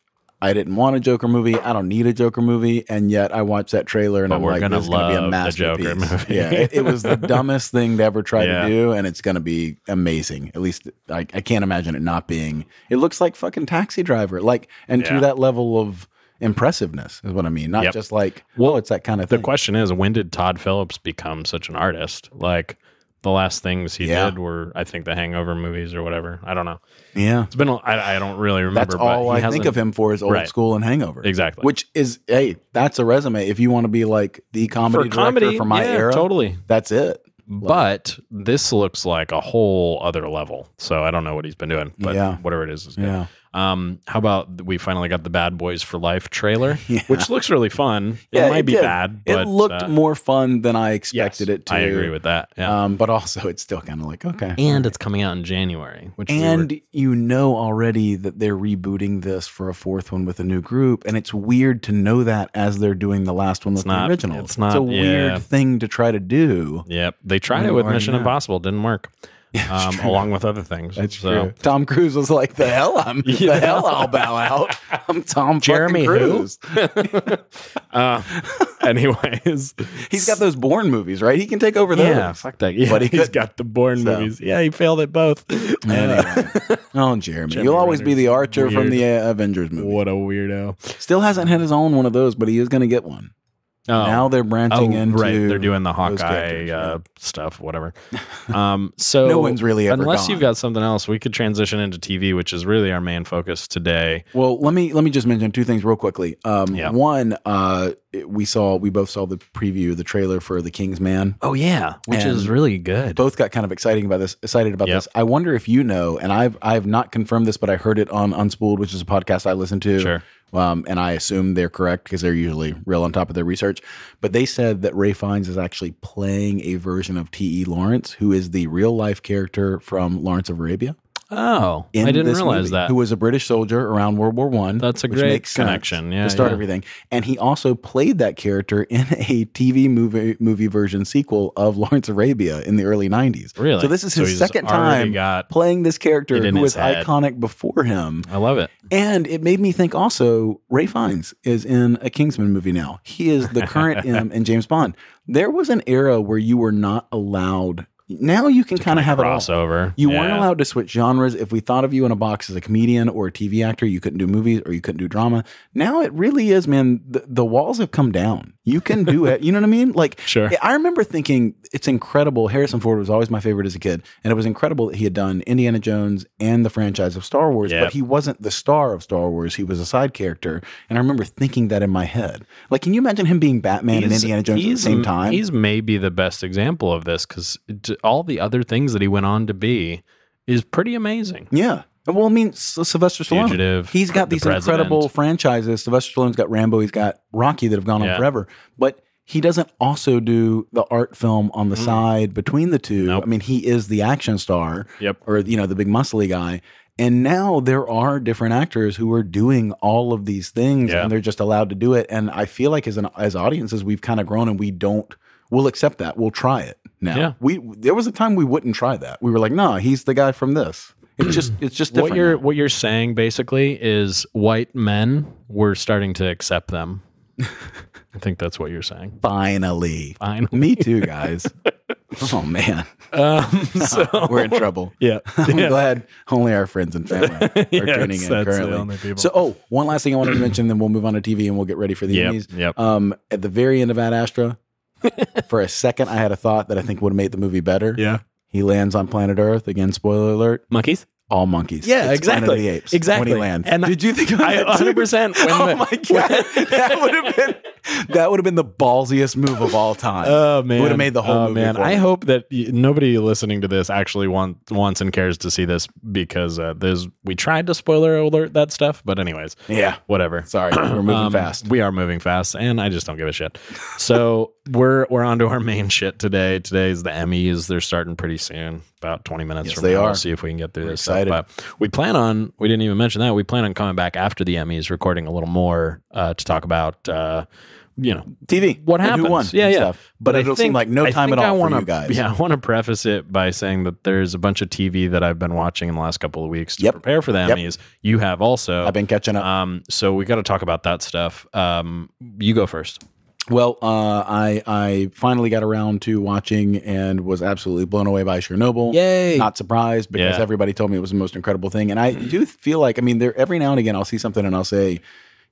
G: I didn't want a Joker movie. I don't need a Joker movie, and yet I watched that trailer and
F: But
G: I'm
F: we're
G: like,
F: gonna
G: "This is gonna be a
F: love the Joker
G: masterpiece."
F: movie.
G: yeah, it, it was the dumbest thing to ever try
F: Yeah.
G: to do, and it's gonna be amazing. At least I, I can't imagine it not being. It looks like fucking Taxi Driver, like, and
F: Yeah.
G: to that level of impressiveness is what I mean. Not
F: Yep.
G: just like,
F: Well,
G: well, it's that kind of
F: the
G: thing.
F: question is when did Todd Phillips become such an artist? Like the last things he
G: Yeah.
F: did were I think the Hangover movies or whatever. I don't know.
G: yeah,
F: It's been a- I, I don't really remember.
G: That's
F: but
G: all
F: he
G: I think
F: hasn't-
G: of him for is old
F: Right.
G: school and Hangover.
F: Exactly.
G: Which is hey, that's a resume. If you want to be like the comedy
F: for
G: director
F: comedy
G: for my
F: yeah,
G: era,
F: Totally.
G: that's it.
F: But this looks like a whole other level. So I don't know what he's been doing, but
G: Yeah.
F: whatever it is is good.
G: Yeah.
F: Um, how about we finally got the Bad Boys for Life trailer, which looks really fun. it might be
G: did.
F: bad, but
G: it looked
F: uh,
G: more fun than I expected
F: yes,
G: it to.
F: I agree with that. Yeah.
G: Um, but also, it's still kind of like okay.
F: and it's coming out in January, which we were-
G: And you know already that they're rebooting this for a fourth one with a new group, and it's weird to know that as they're doing the last one with
F: not-
G: the original.
F: it's not-
G: a
F: yeah.
G: weird thing to try to do.
F: Yep, they tried
G: We
F: it with
G: already
F: Mission
G: know.
F: Impossible, didn't work. Um, along with other things.
G: That's
F: So,
G: true. Tom Cruise was like, "The hell, I'm the hell, I'll bow out. I'm Tom
F: Jeremy
G: Jeremy
F: who?
G: Cruise.
F: Uh, anyways,
G: He's got those Bourne movies, right? He can take over those.
F: yeah, fuck that. Yeah,
G: But he
F: has
G: couldn't.
F: got the Bourne
G: So.
F: movies. Yeah, he failed at both.
G: Anyway. oh, Jeremy, you'll always be the Archer from the uh, Avengers movie.
F: what a weirdo.
G: Still hasn't had his own one of those, but he is going to get one. Now they're branching
F: oh,
G: into
F: right. They're doing the
G: those
F: Hawkeye
G: characters, yeah.
F: uh, stuff, whatever. Um, so
G: No one's really ever
F: unless
G: gone.
F: you've got something else, we could transition into TV, which is really our main focus today.
G: Well, let me let me just mention two things real quickly. Um,
F: Yeah.
G: One, uh, it- we saw we both saw the preview, the trailer for The King's Man.
F: Oh yeah, which
G: is
F: really good.
G: Both got kind of exciting about this. Excited about
F: Yep.
G: this. I wonder if you know, and I've I've not confirmed this, but I heard it on Unspooled, which is a podcast I listen to.
F: Sure.
G: Um, and I assume they're correct because they're usually real on top of their research. But they said that Ray Fiennes is actually playing a version of T.E. Lawrence, who is the real life character from Lawrence of Arabia.
F: Oh, I
G: in
F: didn't
G: this
F: realize
G: movie,
F: that.
G: Who was a British soldier around World War One?
F: That's a
G: which
F: great
G: makes sense
F: connection. Yeah,
G: to start
F: yeah.
G: everything, and he also played that character in a TV movie movie version sequel of Lawrence Arabia in the early '90s.
F: Really?
G: So this is
F: So
G: his
F: he's
G: second
F: already
G: time
F: got
G: playing this character
F: it in
G: who
F: his
G: was
F: head.
G: iconic before him,
F: I love it.
G: and it made me think. Also, Ray Fiennes is in a Kingsman movie now. He is the current M in James Bond. There was an era where you were not allowed. Now you can kind of have it all.
F: Crossover.
G: You
F: Yeah.
G: weren't allowed to switch genres. If we thought of you in a box as a comedian or a TV actor, you couldn't do movies or you couldn't do drama. Now it really is, man. The, the walls have come down. You can do it. You know what I mean? Like,
F: Sure.
G: I remember thinking it's incredible. Harrison Ford was always my favorite as a kid, and it was incredible that he had done Indiana Jones and the franchise of Star Wars,
F: Yep.
G: but he wasn't the star of Star Wars. He was a side character, and I remember thinking that in my head. Like, can you imagine him being Batman and Indiana Jones at the
F: he's-
G: same time?
F: He's maybe the best example of this because all the other things that he went on to be is pretty amazing.
G: Yeah. Well, I mean, S- Sylvester Stallone.
F: Fugitive,
G: he's got
F: The
G: these
F: President.
G: incredible franchises. Sylvester Stallone's got Rambo. He's got Rocky that have gone on
F: Yeah.
G: forever. But he doesn't also do the art film on the side between the two. I mean, he is the action star.
F: Yep.
G: Or you know the big muscly guy. And now there are different actors who are doing all of these things,
F: Yeah.
G: and they're just allowed to do it. And I feel like as an as audiences, we've kind of grown, and we don't. We'll accept that. We'll try it now.
F: Yeah.
G: We there was a time we wouldn't try that. We were like, nah, he's the guy from this. It's just it's just different.
F: What you're
G: now.
F: what you're saying basically is white men were starting to accept them. I think that's what you're saying.
G: finally.
F: Fine.
G: Me too, guys. oh man,
F: Um, so
G: we're in trouble.
F: yeah,
G: I'm glad only our friends and family are tuning in
F: that's the
G: currently.
F: only people.
G: So, oh, one last thing I wanted to mention, then we'll move on to TV and we'll get ready for the
F: Yep,
G: Emmys.
F: yep.
G: Um, at the very end of Ad Astra, for a second, I had a thought that I think would have made the movie better.
F: Yeah.
G: He lands on planet Earth again. Spoiler alert.
F: monkeys.
G: all monkeys.
F: Yeah,
G: It's Planet
F: exactly.
G: of the Apes.
F: Exactly.
G: When he lands.
F: And
G: Did you think about
F: I
G: that too?
F: 100% when
G: oh
F: the-
G: my god, that would have been that would have been the ballsiest move of all time.
F: Oh man,
G: It would have made the whole
F: oh,
G: movie.
F: man.
G: for
F: I
G: me.
F: hope that y- nobody listening to this actually want, wants and cares to see this because uh, there's we tried to spoiler alert that stuff, but anyways,
G: Yeah.
F: whatever.
G: Sorry, we're moving
F: Um,
G: fast.
F: We are moving fast, and I just don't give a shit. So we're we're on to our main shit today. Today's the Emmys. They're starting pretty soon, about twenty minutes
G: Yes,
F: from
G: they
F: now.
G: are.
F: We'll see if we can get through this. stuff.
G: excited.
F: But we plan on. We didn't even mention that. We plan on coming back after the Emmys, recording a little more uh, to talk about. Uh, you know
G: TV.
F: what
G: and
F: happens.
G: Who won?
F: Yeah,
G: and
F: yeah.
G: Stuff. But,
F: I
G: it'll seem
F: think-
G: like no
F: I
G: time at
F: think I
G: all
F: wanna,
G: for you guys.
F: Yeah, I want to preface it by saying that there's a bunch of TV that I've been watching in the last couple of weeks to
G: Yep.
F: prepare for the
G: Yep.
F: Emmys. You have also.
G: I've been catching up.
F: Um, so we got to talk about that stuff. Um, you go first.
G: Well, uh, I I finally got around to watching and was absolutely blown away by Chernobyl.
F: Yay.
G: Not surprised because
F: Yeah. Mm.
G: everybody told me it was the most incredible thing, and I do feel like I mean, there every now and again I'll see something and I'll say,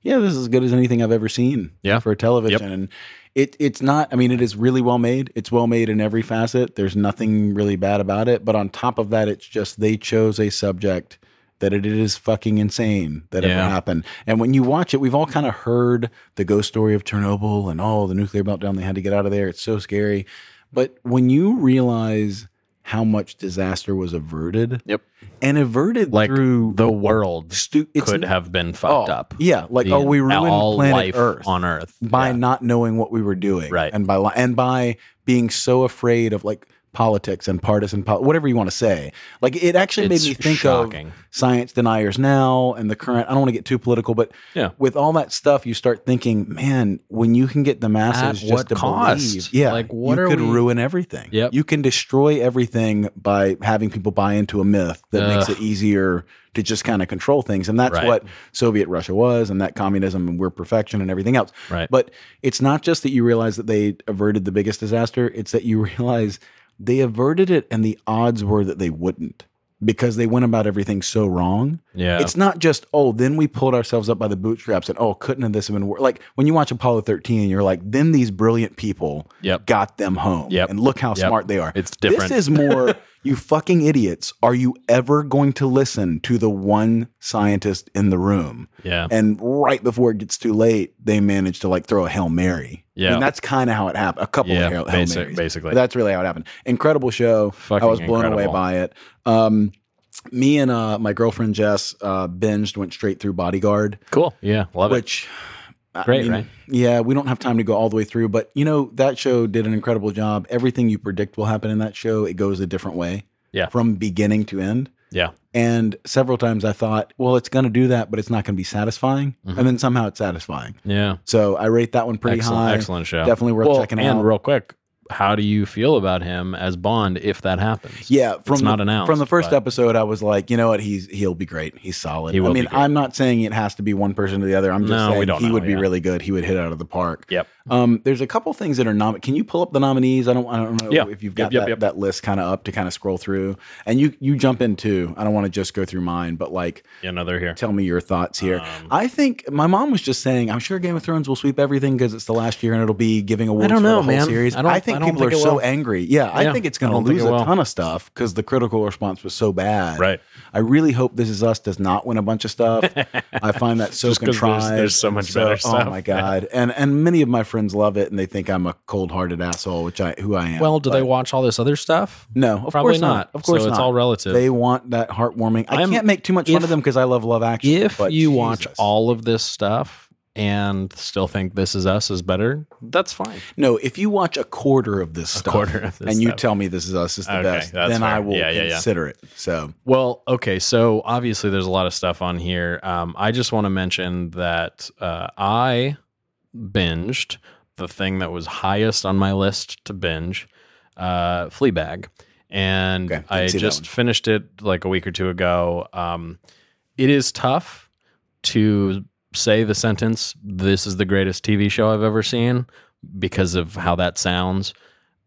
G: "Yeah, this is as good as anything I've ever seen."
F: Yeah.
G: for television, and it it's not. I mean, it is really well made. It's well made in every facet. There's nothing really bad about it. But on top of that, it's just they chose a subject that it is fucking insane that ever
F: Yeah.
G: happened happen. And when you watch it, we've all kind of heard the ghost story of Chernobyl and oh, the nuclear meltdown, they had to get out of there. It's so scary. But when you realize how much disaster was averted,
F: Yep.
G: and averted
F: Like
G: through
F: the world
G: stu- it's
F: could
G: n-
F: have been
G: oh,
F: fucked up.
G: Yeah, like
F: The-
G: oh, we ruined
F: all
G: planet
F: life
G: Earth
F: on Earth
G: by
F: Yeah.
G: not knowing what we were doing,
F: Right.
G: And by li- and by being so afraid of like politics and partisan po- whatever you want to say. Like it actually
F: It's
G: made me think
F: shocking.
G: of science deniers now and the current. I don't want to get too political, but
F: Yeah.
G: with all that stuff, you start thinking, man, when you can get the masses
F: At
G: just
F: what
G: to
F: cost?
G: believe, yeah,
F: Like, what
G: you
F: are
G: could
F: we-
G: ruin everything.
F: Yep.
G: you can destroy everything by having people buy into a myth that makes it easier to just kind of control things, and that's
F: Right.
G: what Soviet Russia was, and that communism and we're perfection and everything else.
F: Right.
G: But it's not just that you realize that they averted the biggest disaster, it's that you realize they averted it and the odds were that they wouldn't because they went about everything so wrong.
F: Yeah.
G: It's not just, oh, then we pulled ourselves up by the bootstraps and oh, couldn't have this have been wor-" Like when you watch Apollo 13, you're like, then these brilliant people
F: Yep.
G: got them home.
F: Yep.
G: And look how
F: Yep.
G: smart they are.
F: It's different.
G: This is more, you fucking idiots. Are you ever going to listen to the one scientist in the room?
F: Yeah.
G: And right before it gets too late, they manage to like throw a Hail Mary.
F: Yeah.
G: And that's kind of how it happened. A couple
F: Yeah,
G: of Hail,
F: basic-
G: Hail Marys.
F: basically.
G: But that's really how it happened. Incredible show.
F: Fucking
G: I was blown away
F: incredible.
G: by it. Um, me and uh, my girlfriend Jess uh, binged, went straight through Bodyguard,
F: Cool. Yeah. Love it.
G: which
F: Great,
G: I mean,
F: right?
G: Yeah, we don't have time to go all the way through, but you know that show did an incredible job. Everything you predict will happen in that show, it goes a different way.
F: Yeah.
G: from beginning to end.
F: Yeah.
G: And several times I thought, well, it's going to do that, but it's not going to be satisfying.
F: Mm-hmm.
G: And then somehow it's satisfying.
F: Yeah.
G: So I rate that one pretty
F: excellent,
G: high.
F: excellent show.
G: Definitely worth
F: Well,
G: checking
F: and
G: out.
F: real quick, how do you feel about him as Bond if that happens?
G: yeah, from
F: it's not
G: the,
F: announced,
G: from the first
F: but-
G: episode, I was like, you know what, he's he'll be great. He's solid.
F: He will
G: I
F: be
G: mean,
F: great.
G: I'm not saying it has to be one person to the other. I'm just
F: No, we
G: saying
F: don't
G: he
F: know
G: would be
F: yet.
G: really good. He would hit out of the park.
F: Yep.
G: Um, there's a couple things that are nom. Can you pull up the nominees? I don't. I don't know
F: Yeah.
G: if you've
F: Yep,
G: got
F: yep,
G: that,
F: yep.
G: that list kind of up to kind of scroll through. And you you jump in too. I don't want to just go through mine, but like
F: Yeah, no, they're here.
G: tell me your thoughts here.
F: Um,
G: I think my mom was just saying, I'm sure Game of Thrones will sweep everything because it's the last year and it'll be giving awards
F: don't
G: for
F: know,
G: the whole
F: man.
G: series.
F: I don't
G: think think
F: I don't
G: people
F: think
G: are
F: it
G: so
F: will.
G: angry. Yeah, I
F: Yeah,
G: think it's
F: I
G: going to
F: don't think
G: lose
F: it
G: a
F: will.
G: ton of stuff because the critical response was so bad.
F: Right.
G: I really hope This Is Us does not win a bunch of stuff. I find that so
F: 'cause there's-
G: contrived.
F: there's so
G: and
F: much better stuff.
G: Oh my god! And and many of my friends love it, and they think I'm a cold-hearted asshole, which I who I am.
F: Well, do
G: but-
F: they watch all this other stuff?
G: No, of
F: Probably
G: course not.
F: not.
G: Of course
F: So
G: not.
F: it's all relative.
G: They want that heartwarming. I
F: I'm-
G: can't make too much fun
F: if-
G: of them because I love Love Action.
F: If
G: but
F: you watch
G: Jesus.
F: all of this stuff and still think This Is Us is better, that's fine.
G: No, if you watch a quarter of this stuff
F: quarter of this
G: and you
F: stuff.
G: tell me this is us is the
F: Okay,
G: best,
F: that's
G: then I
F: fair.
G: will
F: Yeah, yeah, yeah.
G: consider it. So
F: Well, okay. So obviously, there's a lot of stuff on here. Um, I just want to mention that uh, I binged the thing that was highest on my list to binge, uh, Fleabag, and
G: Okay, I
F: I
G: can see that
F: just
G: one.
F: finished it like a week or two ago. Um, it is tough to say the sentence "This is the greatest TV show I've ever seen" because of how that sounds,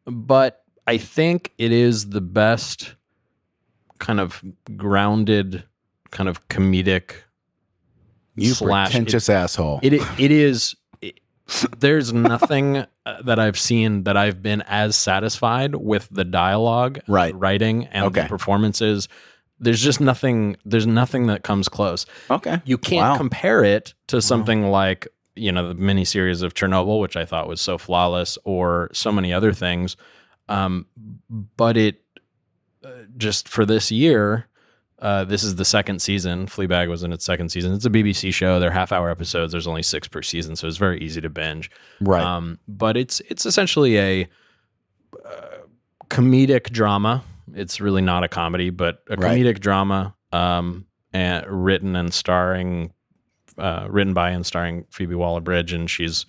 F: but I think it is the best kind of grounded, kind of comedic.
G: you
F: Slash-
G: pretentious asshole.
F: It it is. it- there's nothing uh, that I've seen that I've been as satisfied with the dialogue,
G: Right.
F: writing, and
G: Okay.
F: the performances. There's just nothing. There's nothing that comes close.
G: okay.
F: You can't
G: Wow.
F: compare it to something like you know the miniseries of Chernobyl, which I thought was so flawless, or so many other things. Um, but it uh, just for this year, uh, this is the second season. Fleabag was in its second season. It's a BBC show. They're half hour episodes. There's only six per season, so it's very easy to binge.
G: Right.
F: Um, but it's it's essentially a uh, comedic drama. It's really not a comedy, but a
G: Right.
F: comedic drama um, and written and starring, uh, written by and starring Phoebe Waller Bridge, and she's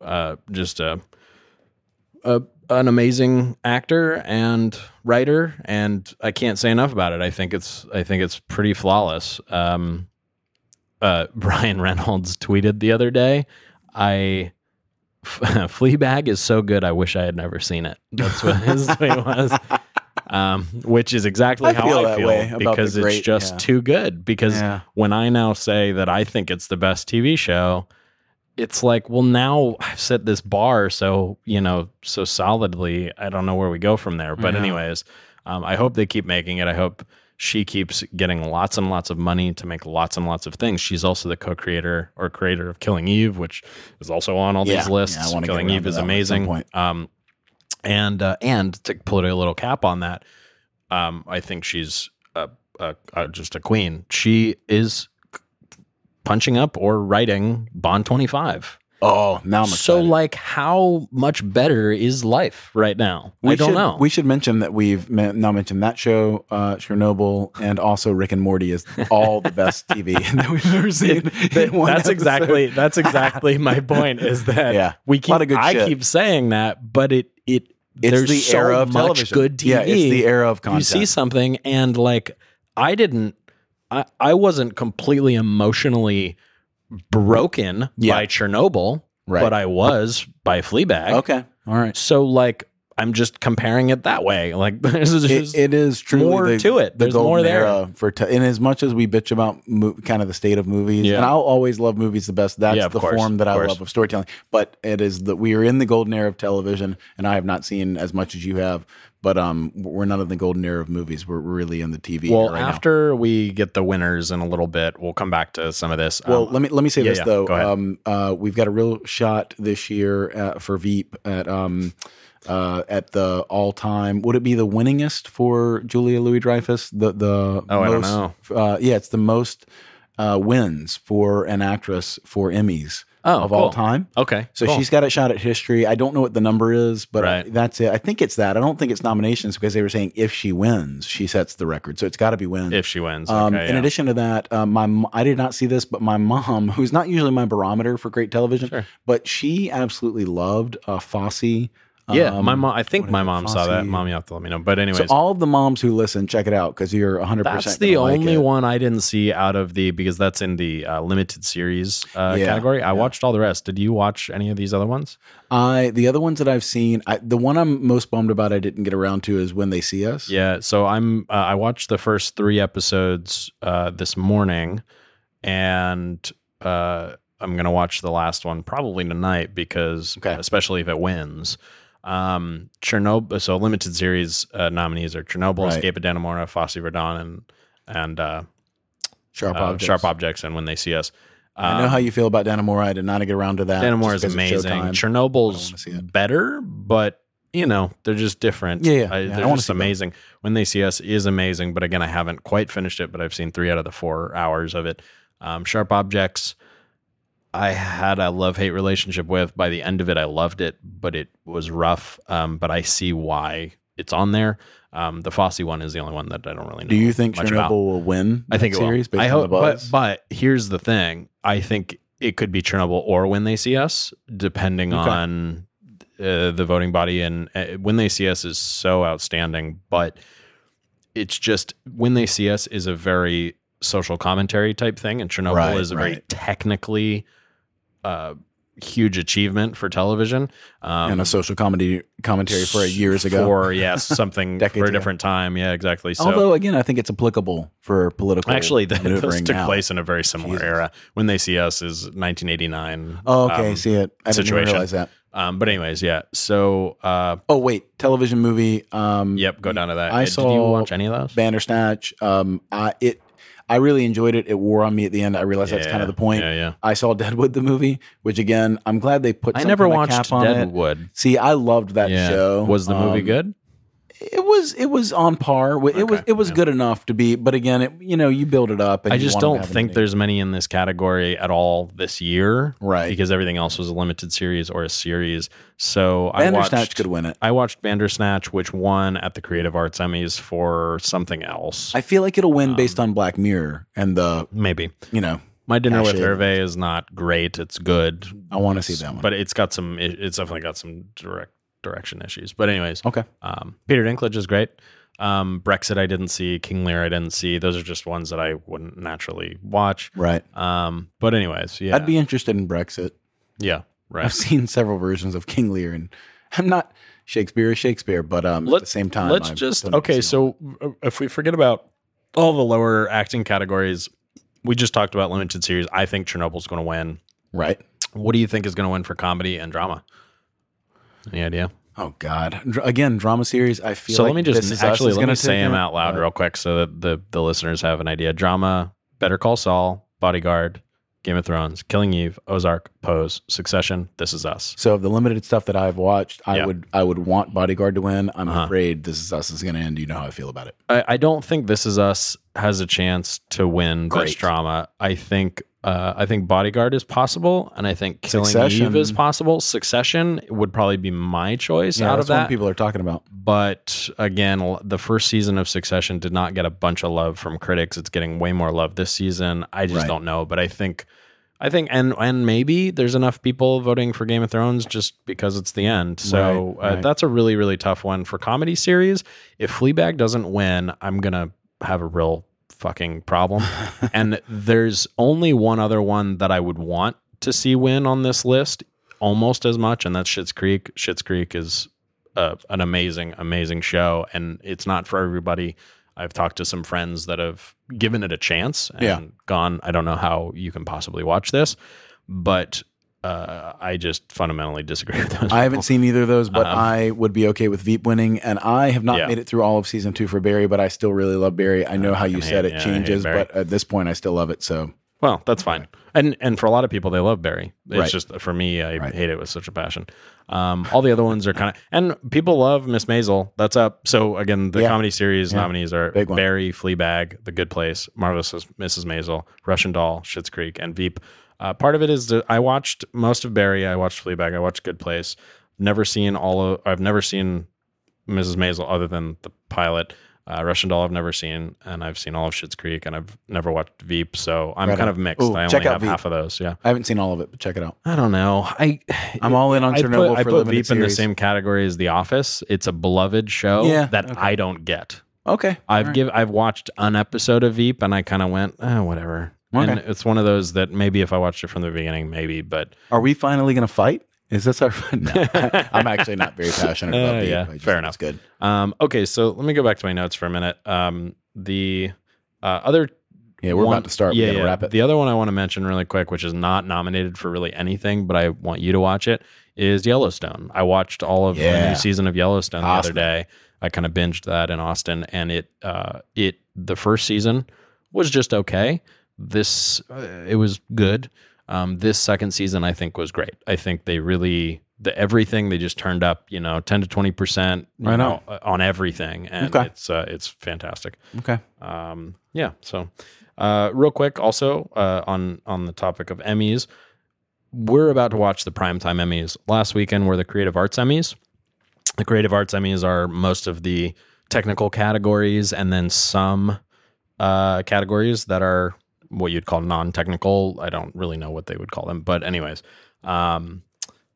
F: uh, just a, a an amazing actor and writer, and I can't say enough about it. I think it's I think it's pretty flawless. Um, uh, Brian Reynolds tweeted the other day, I. Fleabag is so good. I wish I had never seen it. That's what his tweet was. Um, which is exactly
G: I
F: how
G: feel
F: I
G: that
F: feel
G: way about the
F: because it's
G: great-
F: just
G: yeah.
F: too good. Because
G: Yeah.
F: when I now say that I think it's the best TV show, it's like, well, now I've set this bar so you know so solidly. I don't know where we go from there. But anyways, um, I hope they keep making it. I hope she keeps getting lots and lots of money to make lots and lots of things. She's also the co-creator or creator of Killing Eve, which is also on all
G: Yeah.
F: these lists.
G: Yeah, I wanna get
F: Killing
G: around
F: Eve
G: to
F: is
G: that one at some
F: amazing.
G: point.
F: Um, and uh, and to put a little cap on that, um, I think she's a, a, a, just a queen. She is punching up or writing Bond twenty five.
G: oh, now I'm
F: So
G: excited.
F: like, how much better is life right now?
G: we
F: I don't
G: should,
F: know.
G: We should mention that we've men- now mentioned that show, uh, Chernobyl, and also Rick and Morty is all the best TV that we've ever seen. in one
F: that's
G: episode.
F: exactly that's exactly my point is that
G: Yeah.
F: we
G: Lot
F: keep
G: of good
F: I
G: shit.
F: keep saying that, but it it
G: It's
F: there's
G: the
F: so
G: era of
F: much
G: television.
F: good TV.
G: Yeah, it's the era of content.
F: You see something and like I didn't I I wasn't completely emotionally broken
G: Yeah.
F: by Chernobyl,
G: Right.
F: but I was by Fleabag.
G: Okay. All right.
F: So like I'm just comparing it that way. Like this is
G: It,
F: just
G: it is truly
F: more
G: the-
F: to it.
G: the
F: There's more
G: golden
F: there.
G: era for te- and as much as we bitch about mo- kind of the state of movies,
F: Yeah.
G: and I'll always love movies the best. That's
F: Yeah, of
G: the
F: course,
G: form that
F: of
G: I
F: course.
G: love of storytelling. But it is that we are in the golden era of television, and I have not seen as much as you have. But um, we're not in the golden era of movies. We're really in the TV.
F: well,
G: era right now.
F: after we get the winners in a little bit, we'll come back to some of this.
G: Well,
F: Um,
G: let me let me say
F: yeah,
G: this
F: yeah,
G: though.
F: go ahead.
G: Um, uh, we've got a real shot this year uh for Veep at um, uh, at the all time. Would it be the winningest for Julia Louis Dreyfus? The the
F: Oh, I don't
G: most,
F: know.
G: Uh, yeah, it's the most uh, wins for an actress for Emmys
F: Oh,
G: of all
F: cool.
G: time.
F: Okay.
G: So
F: cool.
G: she's got a shot at history. I don't know what the number is, but
F: Right.
G: I- that's it. I think it's that. I don't think it's nominations because they were saying if she wins, she sets the record. So it's got to be wins.
F: if she wins.
G: Um,
F: okay,
G: in
F: yeah.
G: addition to that, uh, my m- I did not see this, but my mom, who's not usually my barometer for great television, but she absolutely loved uh, Fosse.
F: yeah,
G: Um,
F: my mom. I think
G: what is
F: my
G: it,
F: mom saw that.
G: Fosse?
F: Mom, you have to let me know. But anyways,
G: So all of the moms who listen, check it out because you're 100. percent
F: that's the only one I didn't see out of the because that's in the uh, limited series uh,
G: Yeah,
F: category. I watched all the rest. Did you watch any of these other ones?
G: I the other ones that I've seen, I, the one I'm most bummed about I didn't get around to is when they see us.
F: Yeah. So I'm. Uh, I watched the first three episodes uh, this morning, and uh, I'm gonna watch the last one probably tonight because,
G: Okay.
F: especially if it wins. Um, Chernobyl. So limited series uh, nominees are Chernobyl,
G: Right.
F: Escape of Dannemora, Fosse Verdon, and and uh,
G: Sharp
F: uh,
G: objects.
F: Sharp Objects. And when they see us,
G: I know how you feel about Danamora. I did not get around to that.
F: Dannemora is
G: just 'cause it's
F: amazing.
G: Showtime. I wanna
F: Chernobyl's
G: see it.
F: better, but you know they're just different.
G: Yeah, yeah,
F: I,
G: yeah, I
F: they're
G: wanna
F: just
G: see both.
F: amazing. When they see us is amazing, but again, I haven't quite finished it. But I've seen three out of the four hours of it. Um, Sharp Objects, I had a love hate relationship with. By the end of it, I loved it, but it was rough. Um, but I see why it's on there. Um, the Fosse one is the only one that I don't really know.
G: Do you think
F: much
G: Chernobyl
F: about.
G: will win?
F: I think
G: that
F: it will.
G: series based
F: I
G: on the
F: hope, but,
G: buzz?
F: but here's the thing: I think it could be Chernobyl or when they see us, depending on uh, the voting body. And uh, when they see us is so outstanding, but it's just when they see us is a very social commentary type thing, and Chernobyl
G: Right,
F: is a very
G: right.
F: technically uh, huge achievement for television. Um,
G: and a social comedy commentary for years ago.
F: for yes, something
G: Decades
F: for a
G: ago.
F: different time. Yeah, exactly. So.
G: Although again, I think it's applicable for political.
F: Actually, the, those
G: maneuvering
F: took
G: now.
F: place in a very similar
G: Jesus.
F: era. When they see us is 1989.
G: Oh, okay,
F: um,
G: see it. I didn't even
F: situation.
G: realize that.
F: um, but anyways, yeah. So, uh,
G: Oh wait, television movie. Um,
F: yep. Go down to that.
G: I
F: Uh, Did you
G: saw
F: watch any of those?
G: Bandersnatch. Um, I it. I really enjoyed it. It wore on me at the end. I realized that's
F: Yeah,
G: kind of the point.
F: yeah, yeah.
G: I saw Deadwood the movie, which again, I'm glad they put.
F: I
G: some
F: never
G: kind of
F: watched
G: cap on it.
F: Deadwood.
G: See, I loved that
F: Yeah.
G: show.
F: Was the movie
G: Um,
F: good?
G: It was. It was on par. It was. It was good enough to be. But again, it, you know, you build it up. And
F: I
G: you
F: just
G: want 'em to
F: don't
G: have an
F: think
G: ending.
F: there's many in this category at all this year,
G: Right.
F: Because everything else was a limited series or a series. So I
G: Bandersnatch
F: watched.
G: could win it.
F: I watched Bandersnatch, which won at the Creative Arts Emmys for something else,
G: I feel like it'll win based
F: Um,
G: on Black Mirror and the
F: maybe.
G: you know.
F: My dinner with
G: Actually,
F: Hervé is not great. It's good,
G: I want to see that one.
F: but it's got some. it- It's definitely got some direct direction issues. But anyways,
G: okay,
F: um, Peter Dinklage is great. Um, Brexit I didn't see. King Lear I didn't see. Those are just ones that I wouldn't naturally watch.
G: right.
F: Um, but anyways, yeah,
G: I'd be interested in Brexit.
F: yeah, right.
G: I've seen several versions of King Lear, and I'm not Shakespeare is Shakespeare, but um, at the same time,
F: let's
G: I
F: just
G: don't see
F: okay.
G: them.
F: So uh, if we forget about all the lower acting categories, we just talked about limited series. I think Chernobyl's going to win.
G: right.
F: What do you think is going to win for comedy and drama? Any idea?
G: Oh God! Dr- again, drama series. I feel
F: so
G: like
F: let me just
G: This Is Us
F: actually
G: is
F: let
G: gonna
F: me say
G: take
F: them
G: it,
F: out loud
G: but
F: real quick so that the, the listeners have an idea. Drama, Better Call Saul, Bodyguard, Game of Thrones, Killing Eve, Ozark, Pose, Succession, This Is Us.
G: So of the limited stuff that I've watched, I
F: Yeah.
G: would I would want Bodyguard to win. I'm
F: Uh-huh.
G: afraid This Is Us is going to end. You know how I feel about it.
F: I, I don't think This Is Us has a chance to win best
G: Great.
F: drama. I think uh, I think Bodyguard is possible, and I think Killing Eve
G: Succession.
F: is possible. Succession would probably be my choice out
G: that's
F: of that.
G: what people are talking about.
F: but again, l- the first season of Succession did not get a bunch of love from critics. It's getting way more love this season. I just
G: Right.
F: don't know, but I think, I think, and and maybe there's enough people voting for Game of Thrones just because it's the end. So
G: Right,
F: uh,
G: right.
F: that's a really really tough one for comedy series. If Fleabag doesn't win, I'm gonna have a real fucking problem. and there's only one other one that I would want to see win on this list almost as much, and that's Schitt's Creek. Schitt's Creek is uh, an amazing, amazing show, and it's not for everybody. I've talked to some friends that have given it a chance and
G: Yeah.
F: gone. I don't know how you can possibly watch this, but uh, I just fundamentally disagree with those.
G: I haven't seen either of those, but
F: Um,
G: I would be okay with Veep winning. And I have not
F: Yeah.
G: made it through all of season two for Barry, but I still really love Barry. I know how you
F: fucking hate-
G: said it
F: yeah, I hate
G: changes,
F: Barry.
G: but at this point, I still love it. So
F: Well, that's fine. And and for a lot of people, they love Barry. It's
G: Right.
F: just for me, I
G: Right.
F: hate it with such a passion. Um, all the other ones are kind of, and people love Miss Maisel. That's up. So again, the
G: Yeah.
F: comedy series nominees are
G: Big one.
F: Barry, Fleabag, The Good Place, Marvelous Mrs. Maisel, Russian Doll, Schitt's Creek, and Veep. Uh, part of it is that I watched most of Barry. I watched Fleabag. I watched Good Place. Never seen all of. I've never seen Mrs. Maisel other than the pilot. Uh, Russian Doll I've never seen, and I've seen all of Schitt's Creek, and I've never watched Veep, so I'm
G: Right
F: kind
G: on.
F: of mixed.
G: Ooh,
F: I only
G: check out
F: have
G: Veep.
F: half of those. Yeah,
G: I haven't seen all of it, but check it out.
F: I don't know. I
G: I'm all in on
F: I
G: Chernobyl
F: put, I
G: for
F: put
G: limited
F: Veep in the
G: series.
F: same category as The Office. It's a beloved show
G: Yeah,
F: that I don't get.
G: Okay.
F: I've give I've watched an episode of Veep, and I kind of went, oh, whatever. And
G: Okay.
F: it's one of those that maybe if I watched it from the beginning, maybe, but
G: Are we finally going to fight? Is this our no, I'm actually not very passionate about
F: Uh,
G: Veep.
F: yeah,
G: I just
F: fair
G: think
F: enough.
G: It's good.
F: Um, okay, so let me go back to my notes for a minute. Um, the uh, other
G: Yeah, we're
F: one-
G: about to start.
F: Yeah,
G: we gotta
F: yeah.
G: wrap it.
F: The other one I want to mention really quick, which is not nominated for really anything, but I want you to watch it, is Yellowstone. I watched all of the
G: Yeah.
F: new season of Yellowstone
G: Awesome.
F: the other day. I kind of binged that in Austin, and it uh, it the first season was just okay. This uh, it was good. Um, this second season I think was great. I think they really the everything they just turned up. You know, ten to twenty percent.
G: Right on.
F: on everything, and
G: Okay.
F: it's uh, it's fantastic.
G: okay.
F: Um, yeah. So, uh, real quick, also uh, on on the topic of Emmys, we're about to watch the primetime Emmys. Last weekend were the Creative Arts Emmys. The Creative Arts Emmys are most of the technical categories, and then some uh, categories that are what you'd call non-technical. I don't really know what they would call them, but anyways, um,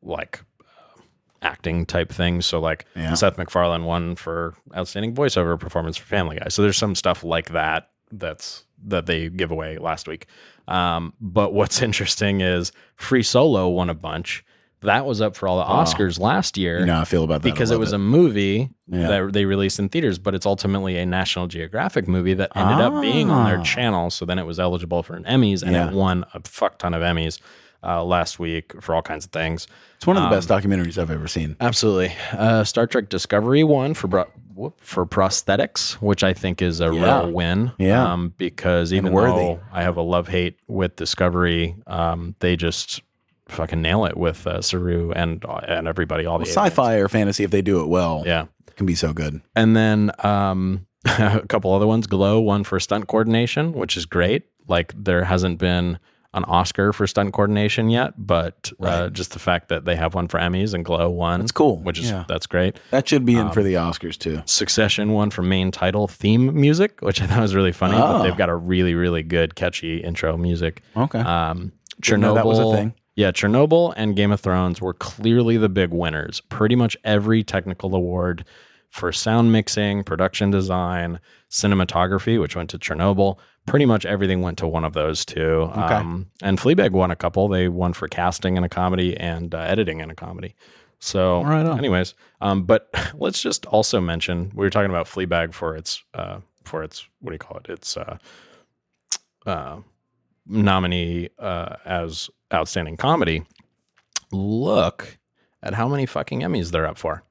F: like uh, acting type things. So like
G: Yeah.
F: Seth MacFarlane won for outstanding voiceover performance for Family Guy. So there's some stuff like that that's that they give away last week. Um, but what's interesting is Free Solo won a bunch. That was up for all the Oscars last year
G: You know how I feel about that. I
F: because it
G: love
F: was a movie
G: Yeah.
F: that they released in theaters, but it's ultimately a National Geographic movie that ended up being on their channel. So then it was eligible for an Emmys, and
G: Yeah.
F: it won a fuck ton of Emmys uh, last week for all kinds of things.
G: It's one of the best documentaries I've ever seen.
F: Absolutely, uh, Star Trek Discovery won for bro- whoop, for prosthetics, which I think is a
G: Yeah.
F: real win.
G: Yeah.
F: um, because even
G: worthy.
F: though I have a love hate with Discovery, um, they just fucking nail it with uh, Saru and and everybody. All the aliens.
G: Sci-fi or fantasy, if they do it well,
F: yeah.
G: can be so good.
F: And then um, a couple other ones. Glow, one for stunt coordination, which is great. Like there hasn't been an Oscar for stunt coordination yet, but uh, just the fact that they have one for Emmys and Glow one, it's
G: cool.
F: Which is
G: Yeah.
F: that's great.
G: That should be in for the Oscars too.
F: Succession one for main title theme music, which I thought was really funny. But
G: Oh.
F: they've got a really really good catchy intro music.
G: Okay.
F: Um,
G: Didn't know
F: Chernobyl.
G: that was a thing.
F: Yeah, Chernobyl and Game of Thrones were clearly the big winners. Pretty much every technical award for sound mixing, production design, cinematography, which went to Chernobyl. Pretty much everything went to one of those two. Okay. Um, and Fleabag won a couple. They won for casting in a comedy and uh, editing in a comedy. So,
G: Right on.
F: anyways, um, but let's just also mention we were talking about Fleabag for its uh, for its what do you call it? It's uh, uh, nominee uh, as outstanding comedy, look at how many fucking Emmys they're up for.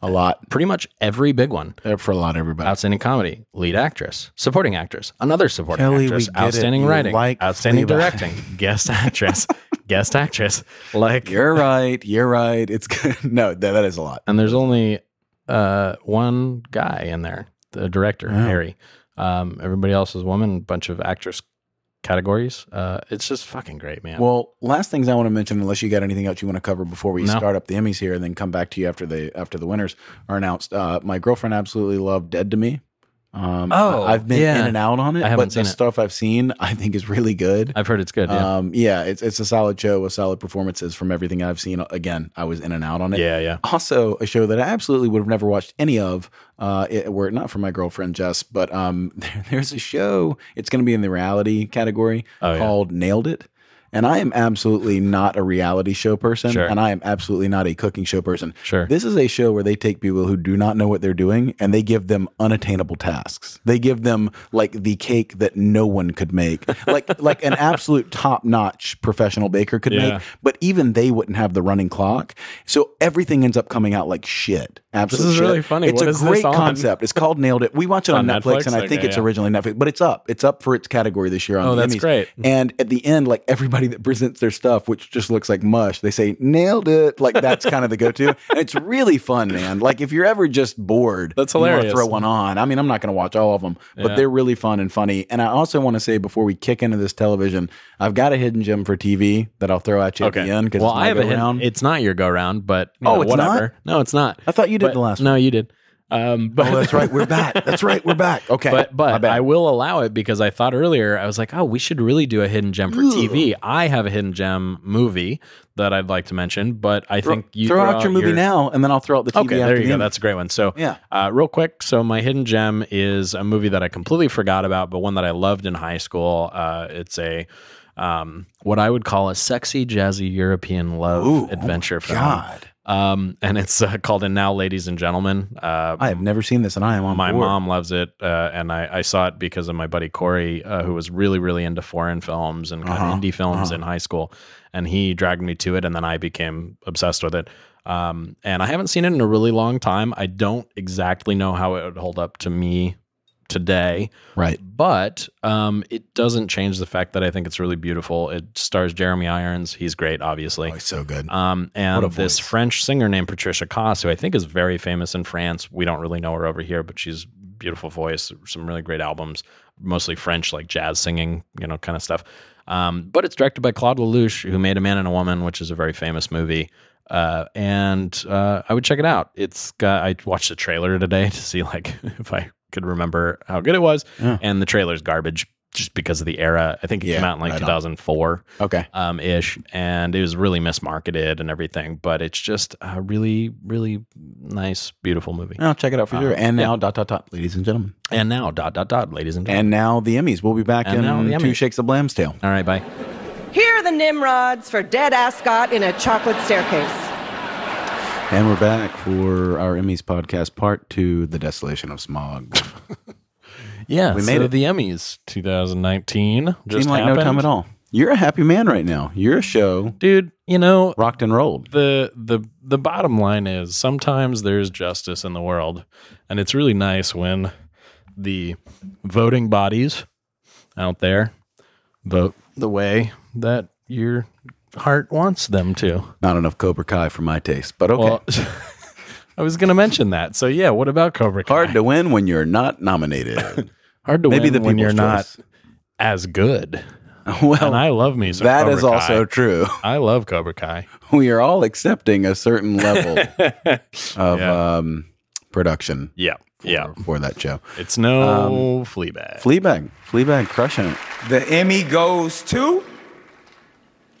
G: a lot.
F: Pretty much every big one.
G: They're up for a lot, everybody.
F: Outstanding comedy, lead actress, supporting actress, another supporting actress, outstanding
G: You
F: writing,
G: like
F: outstanding
G: Fleabag.
F: directing, guest actress, guest actress. Like,
G: You're right. You're right. It's good. No, that, that is a lot.
F: and there's only uh, one guy in there, the director Harry. Um, everybody else is woman. Bunch of actress categories. Uh, it's just fucking great, man.
G: Well, last things I want to mention, unless you got anything else you want to cover before we
F: No.
G: start up the Emmys here, and then come back to you after the after the winners are announced. Uh, my girlfriend absolutely loved Dead to Me. Um,
F: Oh,
G: I- I've been
F: yeah.
G: in and out on it,
F: I haven't
G: but
F: seen
G: the
F: it.
G: stuff I've seen, I think is really good.
F: I've heard it's good. Yeah,
G: Um, yeah, it's it's a solid show with solid performances from everything I've seen. Again, I was in and out on it.
F: yeah, yeah.
G: Also, a show that I absolutely would have never watched any of, uh, it, were it not for my girlfriend Jess. But um, there, there's a show. It's going to be in the reality category
F: Oh, yeah.
G: called Nailed It. And I am absolutely not a reality show person,
F: Sure.
G: and I am absolutely not a cooking show person.
F: Sure.
G: this is a show where they take people who do not know what they're doing, and they give them unattainable tasks. They give them like the cake that no one could make, like like an absolute top notch professional baker could
F: Yeah.
G: make but even they wouldn't have the running clock. So everything ends up coming out like shit. Absolutely.
F: is really funny.
G: It's
F: What
G: a
F: is this
G: great
F: on?
G: concept. It's called Nailed It. We watch it on,
F: on
G: Netflix,
F: Netflix?
G: and I think
F: Okay,
G: it's
F: yeah.
G: originally Netflix, but it's up. It's up for its category this year on
F: Oh,
G: the
F: that's
G: Emmys.
F: great.
G: And at the end, like everybody that presents their stuff, which just looks like mush, they say "nailed it." Like that's kind of the go-to. And it's really fun, man. Like if you're ever just bored,
F: That's
G: you wanna
F: hilarious.
G: Throw one on. I mean, I'm not going to watch all of them, but
F: Yeah.
G: they're really fun and funny. And I also want to say before we kick into this television, I've got a hidden gem for TV that I'll throw at you at the end because
F: well, I have a
G: round.
F: hidden. It's not your go round, but you
G: Oh,
F: know,
G: it's
F: whatever. No, it's not.
G: I thought you did
F: But-
G: the last
F: No, you did. Um, but
G: Oh, that's right. We're back. That's right. We're back. Okay.
F: But
G: My
F: but
G: bad.
F: I will allow it because I thought earlier I was like, oh, we should really do a hidden gem for TV. I have a hidden gem movie that I'd like to mention, but I think you
G: throw out your movie now, and then I'll throw out the TV.
F: Okay,
G: after
F: there you
G: the
F: go.
G: end.
F: That's a great one. So,
G: Yeah.
F: uh, real quick. So, my hidden gem is a movie that I completely forgot about, but one that I loved in high school. Uh, it's a um, what I would call a sexy, jazzy European love
G: Ooh, oh my
F: adventure film.
G: God.
F: Um, and it's uh, called "And Now, Ladies and Gentlemen." Uh,
G: I have never seen this, and I am on
F: my
G: board.
F: mom loves it, uh, and I, I saw it because of my buddy Corey, uh, who was really, really into foreign films and kind of indie films in high school, and he dragged me to it, and then I became obsessed with it. Um, and I haven't seen it in a really long time. I don't exactly know how it would hold up to me today,
G: Right.
F: but um, it doesn't change the fact that I think it's really beautiful. It stars Jeremy Irons; he's great, obviously.
G: Oh, it's so good.
F: Um, and
G: What a
F: this
G: voice.
F: French singer named Patricia Cass, who I think is very famous in France. We don't really know her over here, but she's beautiful voice, some really great albums, mostly French, like jazz singing, you know, kind of stuff. Um, but it's directed by Claude Lelouch, who made A Man and a Woman, which is a very famous movie. Uh, and uh, I would check it out. It's got, I watched the trailer today to see like if I could remember how good it was. And the trailer's garbage just because of the era. I think it
G: Yeah,
F: came out in like
G: right on.
F: 2004
G: okay.
F: um, ish, and it was really mismarketed and everything. But it's just a really, really nice, beautiful movie.
G: I'll check it out for
F: Uh,
G: sure. And now, dot, dot, dot, ladies and gentlemen.
F: And now, dot dot dot, ladies and gentlemen.
G: And now the Emmys. We'll be back
F: And now the
G: in two
F: Emmys.
G: shakes of lamb's tail.
F: All right, bye.
H: Here are the Nimrods for Dead Ascot in a Chocolate Staircase.
G: And we're back for our Emmys podcast part two, The Desolation of Smog.
F: Yeah,
G: We made
F: so
G: it.
F: the Emmys 2019. Just
G: Seemed like no time
F: happened.
G: at all. You're a happy man right now. You're a show
F: dude. You know
G: rocked and rolled.
F: the the the bottom line is sometimes there's justice in the world, and it's really nice when the voting bodies out there vote the way that your heart wants them to.
G: Not enough Cobra Kai for my taste, but okay.
F: Well, I was going to mention that. So yeah, what about Cobra Kai?
G: Hard to win when you're not nominated.
F: Hard to
G: Maybe
F: win
G: the
F: when you're
G: people's
F: not
G: choice.
F: as good.
G: Well,
F: And I love me some.
G: that
F: Cobra
G: is also
F: Kai.
G: true.
F: I love Cobra Kai.
G: We are all accepting a certain level of
F: Yeah.
G: um, production
F: Yeah, yeah.
G: for, for that show.
F: It's
G: Um,
F: no Fleabag.
G: Fleabag, Fleabag, crushing it.
I: The Emmy goes to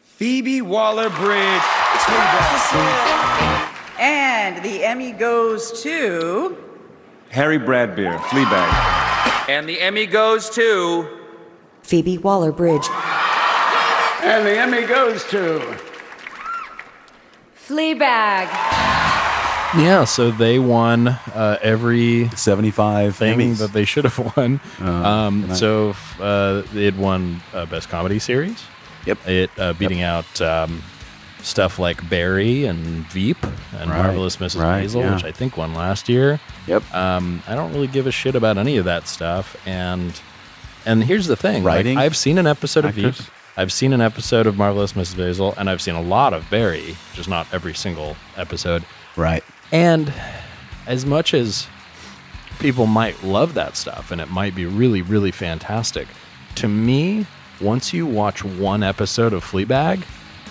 I: Phoebe Waller Bridge.
H: And the Emmy goes to.
I: Harry Bradbeer, Fleabag.
E: And the Emmy goes to.
J: Phoebe Waller Bridge.
K: And the Emmy goes to.
J: Fleabag.
F: yeah, so they won uh, every
G: 75
F: thing
G: Emmys. Oh,
F: that they should have won. um, so uh, it won uh, best comedy series.
G: Yep.
F: It uh, beating out um, stuff like Barry and Veep and
G: Right,
F: Marvelous Mrs.
G: right,
F: Maisel,
G: yeah.
F: which I think won last year.
G: Yep.
F: Um, I don't really give a shit about any of that stuff. And and here's the thing: like,
G: Writing?
F: I've seen an episode of Veep,
G: Actors?
F: I've seen an episode of Marvelous Mrs. Maisel, and I've seen a lot of Barry, just not every single episode.
G: right.
F: And as much as people might love that stuff and it might be really, really fantastic, to me, once you watch one episode of Fleabag,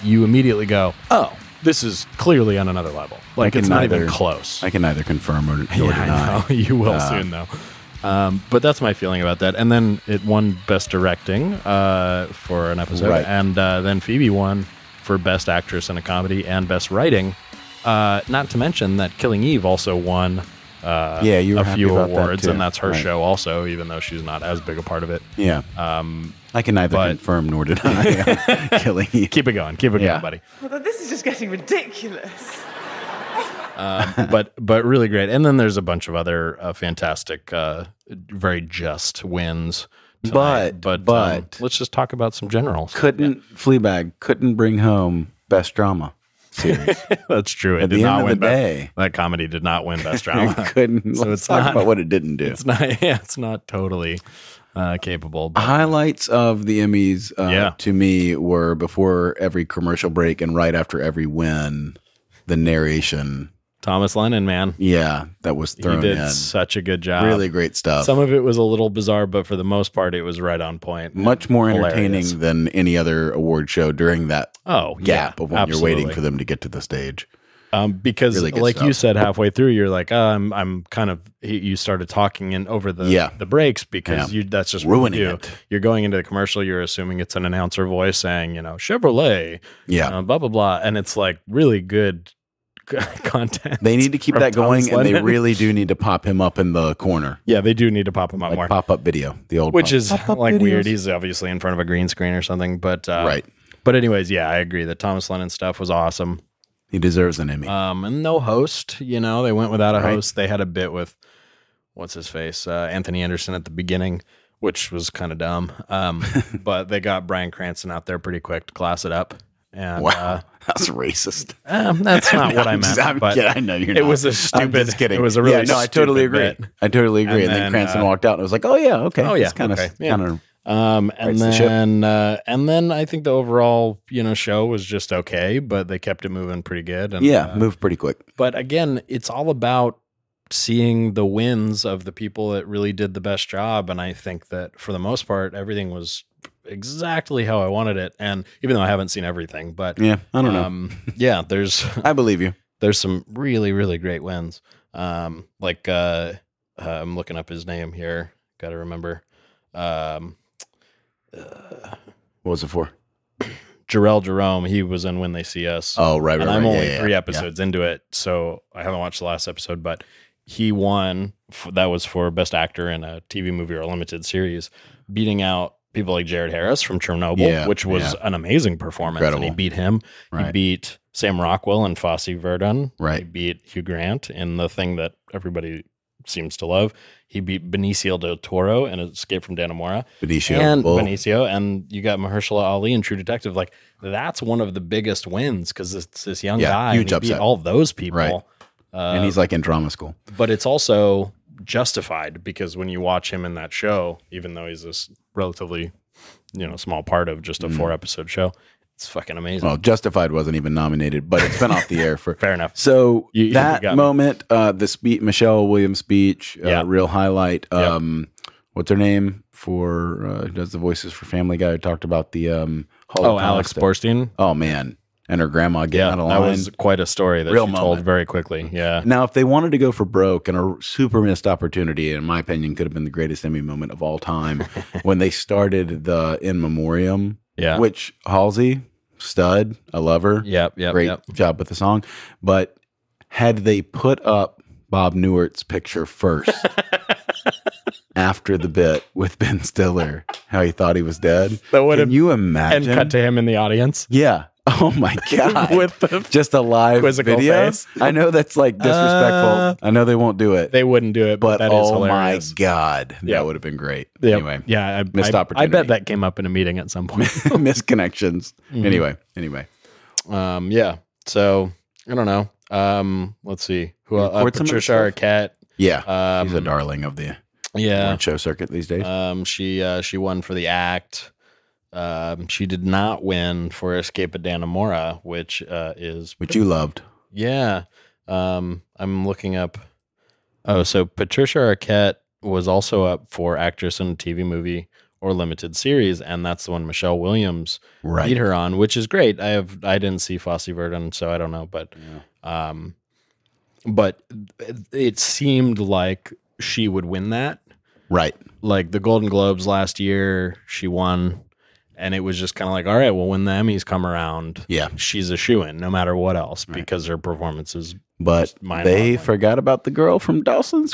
F: you immediately go, oh, this is clearly on another level. Like,
G: I can
F: it's not even
G: neither-
F: close.
G: I can neither confirm or, or
F: Yeah,
G: deny.
F: I know. You will
G: Uh,
F: soon, though. Um, but that's my feeling about that. And then it won Best Directing uh, for an episode,
G: Right.
F: and uh, then Phoebe won for Best Actress in a Comedy and Best Writing. Uh, not to mention that Killing Eve also won uh,
G: Yeah, you were
F: a
G: happy
F: few
G: about that,
F: awards,
G: too.
F: and that's her
G: Right.
F: show also, even though she's not as big a part of it.
G: Yeah. Um, I can neither
F: but-
G: confirm nor deny. Killing you.
F: Keep it going, keep it
G: Yeah.
F: going, buddy.
H: Well, this is just getting ridiculous.
F: but but really great. And then there's a bunch of other uh, fantastic, uh, very just wins. tonight.
G: But-
F: but um,
G: but-
F: let's just talk about some generals.
G: Couldn't Fleabag couldn't bring home best drama series.
F: That's true. It
G: At
F: did
G: the
F: not
G: end of
F: win
G: the
F: best-
G: day-
F: that comedy did not win best
G: I
F: drama.
G: couldn't.
F: So
G: let's
F: it's
G: talk
F: not-
G: about what it didn't do.
F: it's not. Yeah, it's not totally uh, capable. But
G: Highlights of the Emmys uh,
F: Yeah.
G: to me were before every commercial break and right after every win, the narration.
F: Thomas Lennon, man,
G: Yeah, that was
F: he
G: thrown
F: did
G: in.
F: such a good job.
G: Oh, Really great stuff.
F: Some of it was a little bizarre, but for the most part, it was right on point.
G: Much more entertaining
F: Hilarious.
G: than any other award show during that
F: Oh,
G: gap
F: yeah,
G: of when you're waiting
F: absolutely.
G: for them to get to the stage.
F: um, because
G: Really good
F: like
G: stuff.
F: you said halfway through you're like oh, i'm i'm kind of he- you started talking in over the
G: Yeah.
F: the breaks because
G: Yeah.
F: you that's just
G: Ruining
F: you.
G: it.
F: you're going into the commercial you're assuming it's an announcer voice saying you know chevrolet
G: Yeah.
F: uh, blah blah blah and it's like really good content
G: They need to keep
F: from
G: that going,
F: Thomas
G: and they
F: Lennon.
G: really do need to pop him up in the corner,
F: yeah they do need to pop him out
G: like
F: more
G: pop up video, the old
F: which
G: pop-
F: is
G: pop-up
F: like
G: videos.
F: weird he's obviously in front of a green screen or something but uh,
G: Right.
F: but anyways yeah i agree the thomas lennon stuff was awesome
G: He deserves an Emmy.
F: Um, and no host. You know, they went without a host. They had a bit with what's his face, uh, Anthony Anderson at the beginning, which was kind of dumb. Um, but they got Brian Cranston out there pretty quick to class it up. And
G: Wow,
F: uh,
G: that's racist.
F: um, that's not what I
G: I'm
F: meant.
G: just- I'm
F: but
G: kidding. I know you're.
F: It
G: not.
F: was a
G: I'm
F: stupid.
G: just kidding.
F: It was a really.
G: Yeah, no, I
F: stupid
G: totally agree.
F: bit.
G: I totally agree. And, then, Cranston
F: uh,
G: walked out, and I was like, "Oh yeah, okay.
F: Oh yeah,
G: It's kind of
F: okay, yeah.
G: kind of
F: Um, and
G: rights the ship.
F: then uh, and then I think the overall you know show was just okay, but they kept it moving pretty good. And,
G: yeah,
F: uh,
G: moved pretty quick."
F: but again, it's all about seeing the wins of the people that really did the best job. And I think that for the most part, everything was exactly how I wanted it. And even though I haven't seen everything, but
G: Yeah, I don't know.
F: know. yeah, there's
G: I believe you.
F: there's some really really great wins. Um, like uh, uh, I'm looking up his name here. Got to remember. Um,
G: What was it for?
F: Jarrell Jerome, he was in When They See Us.
G: Oh, right, right,
F: And I'm
G: right. Yeah,
F: only
G: yeah,
F: three
G: yeah.
F: episodes into it, so I haven't watched the last episode, but he won. f that was for Best Actor in a TV movie or a limited series, beating out people like Jared Harris from Chernobyl,
G: Yeah,
F: which was
G: yeah.
F: an amazing performance. And
G: Incredible.
F: he beat him. He
G: Right.
F: beat Sam Rockwell and Fosse Verdon. He
G: Right.
F: beat Hugh Grant in the thing that everybody seems to love. He beat Benicio del Toro in Escape from Danamora
G: Benicio
F: and
G: Bull.
F: Benicio, and you got Mahershala Ali in True Detective. Like that's one of the biggest wins because it's this young
G: Yeah,
F: guy. and
G: huge
F: he beat
G: upset.
F: all those people.
G: Right.
F: Uh,
G: and he's like in drama school.
F: but it's also justified because when you watch him in that show, even though he's this relatively, you know, small part of just a
G: Mm.
F: four episode show, it's fucking amazing.
G: Well, Justified wasn't even nominated, but it's been off the air for
F: Fair enough.
G: So
F: You- you
G: that
F: got me.
G: moment, uh, the speech, Michelle Williams speech, uh,
F: Yeah.
G: real highlight.
F: Yeah.
G: Um, What's her name for uh, who does the voices for Family Guy? Who talked about the um,
F: Oh, Alex
G: Holocaust.
F: Borstein.
G: Oh man, and her grandma getting
F: Yeah,
G: out of
F: that
G: line.
F: was quite a story that
G: Real
F: she told
G: moment.
F: very quickly. Yeah.
G: Now, if they wanted to go for broke and a super missed opportunity, in my opinion, could have been the greatest Emmy moment of all time when they started the in memoriam.
F: Yeah.
G: Which Halsey, stud, I love her.
F: Yep. Yep.
G: Great
F: Yep.
G: job with the song. But had they put up Bob Newart's picture first after the bit with Ben Stiller, how he thought he was dead,
F: That would
G: can
F: have-
G: you
F: And
G: imagine?
F: cut to him in the audience.
G: Yeah. Oh my god!
F: With the
G: just a live
F: quizzical
G: video.
F: face.
G: I know that's like disrespectful.
F: Uh,
G: I know they won't do it.
F: They wouldn't do it, but,
G: but
F: that is
G: oh my
F: hilarious.
G: god,
F: Yeah.
G: that would have been great.
F: Yeah.
G: Anyway,
F: yeah, I,
G: missed
F: I, I
G: opportunity.
F: bet that came up in a meeting at some point.
G: misconnections.
F: Mm-hmm.
G: Anyway, anyway,
F: um, yeah. So I don't know. Um, let's see. Who uh,
G: record some of the
F: Patricia
G: stuff?
F: Arquette?
G: yeah,
F: Um,
G: he's a darling of the
F: Yeah.
G: award show circuit these days.
F: Um, she uh, she won for the act. Um, she did not win for Escape at Danamora, which uh, is
G: which you loved.
F: Yeah. Um, I'm looking up. Oh, so Patricia Arquette was also up for actress in a TV movie or limited series, and that's the one Michelle Williams
G: Right.
F: beat her on, which is great. I have I didn't see Fosse Verdon, so I don't know, but um, but it seemed like she would win that.
G: Right.
F: Like the Golden Globes last year, she won, and it was just kind of like, all right, well, when the Emmys come around,
G: Yeah.
F: she's a shoe in no matter what else because her performance is
G: But
F: Just mind-boggling.
G: they forgot about the girl from Dawson's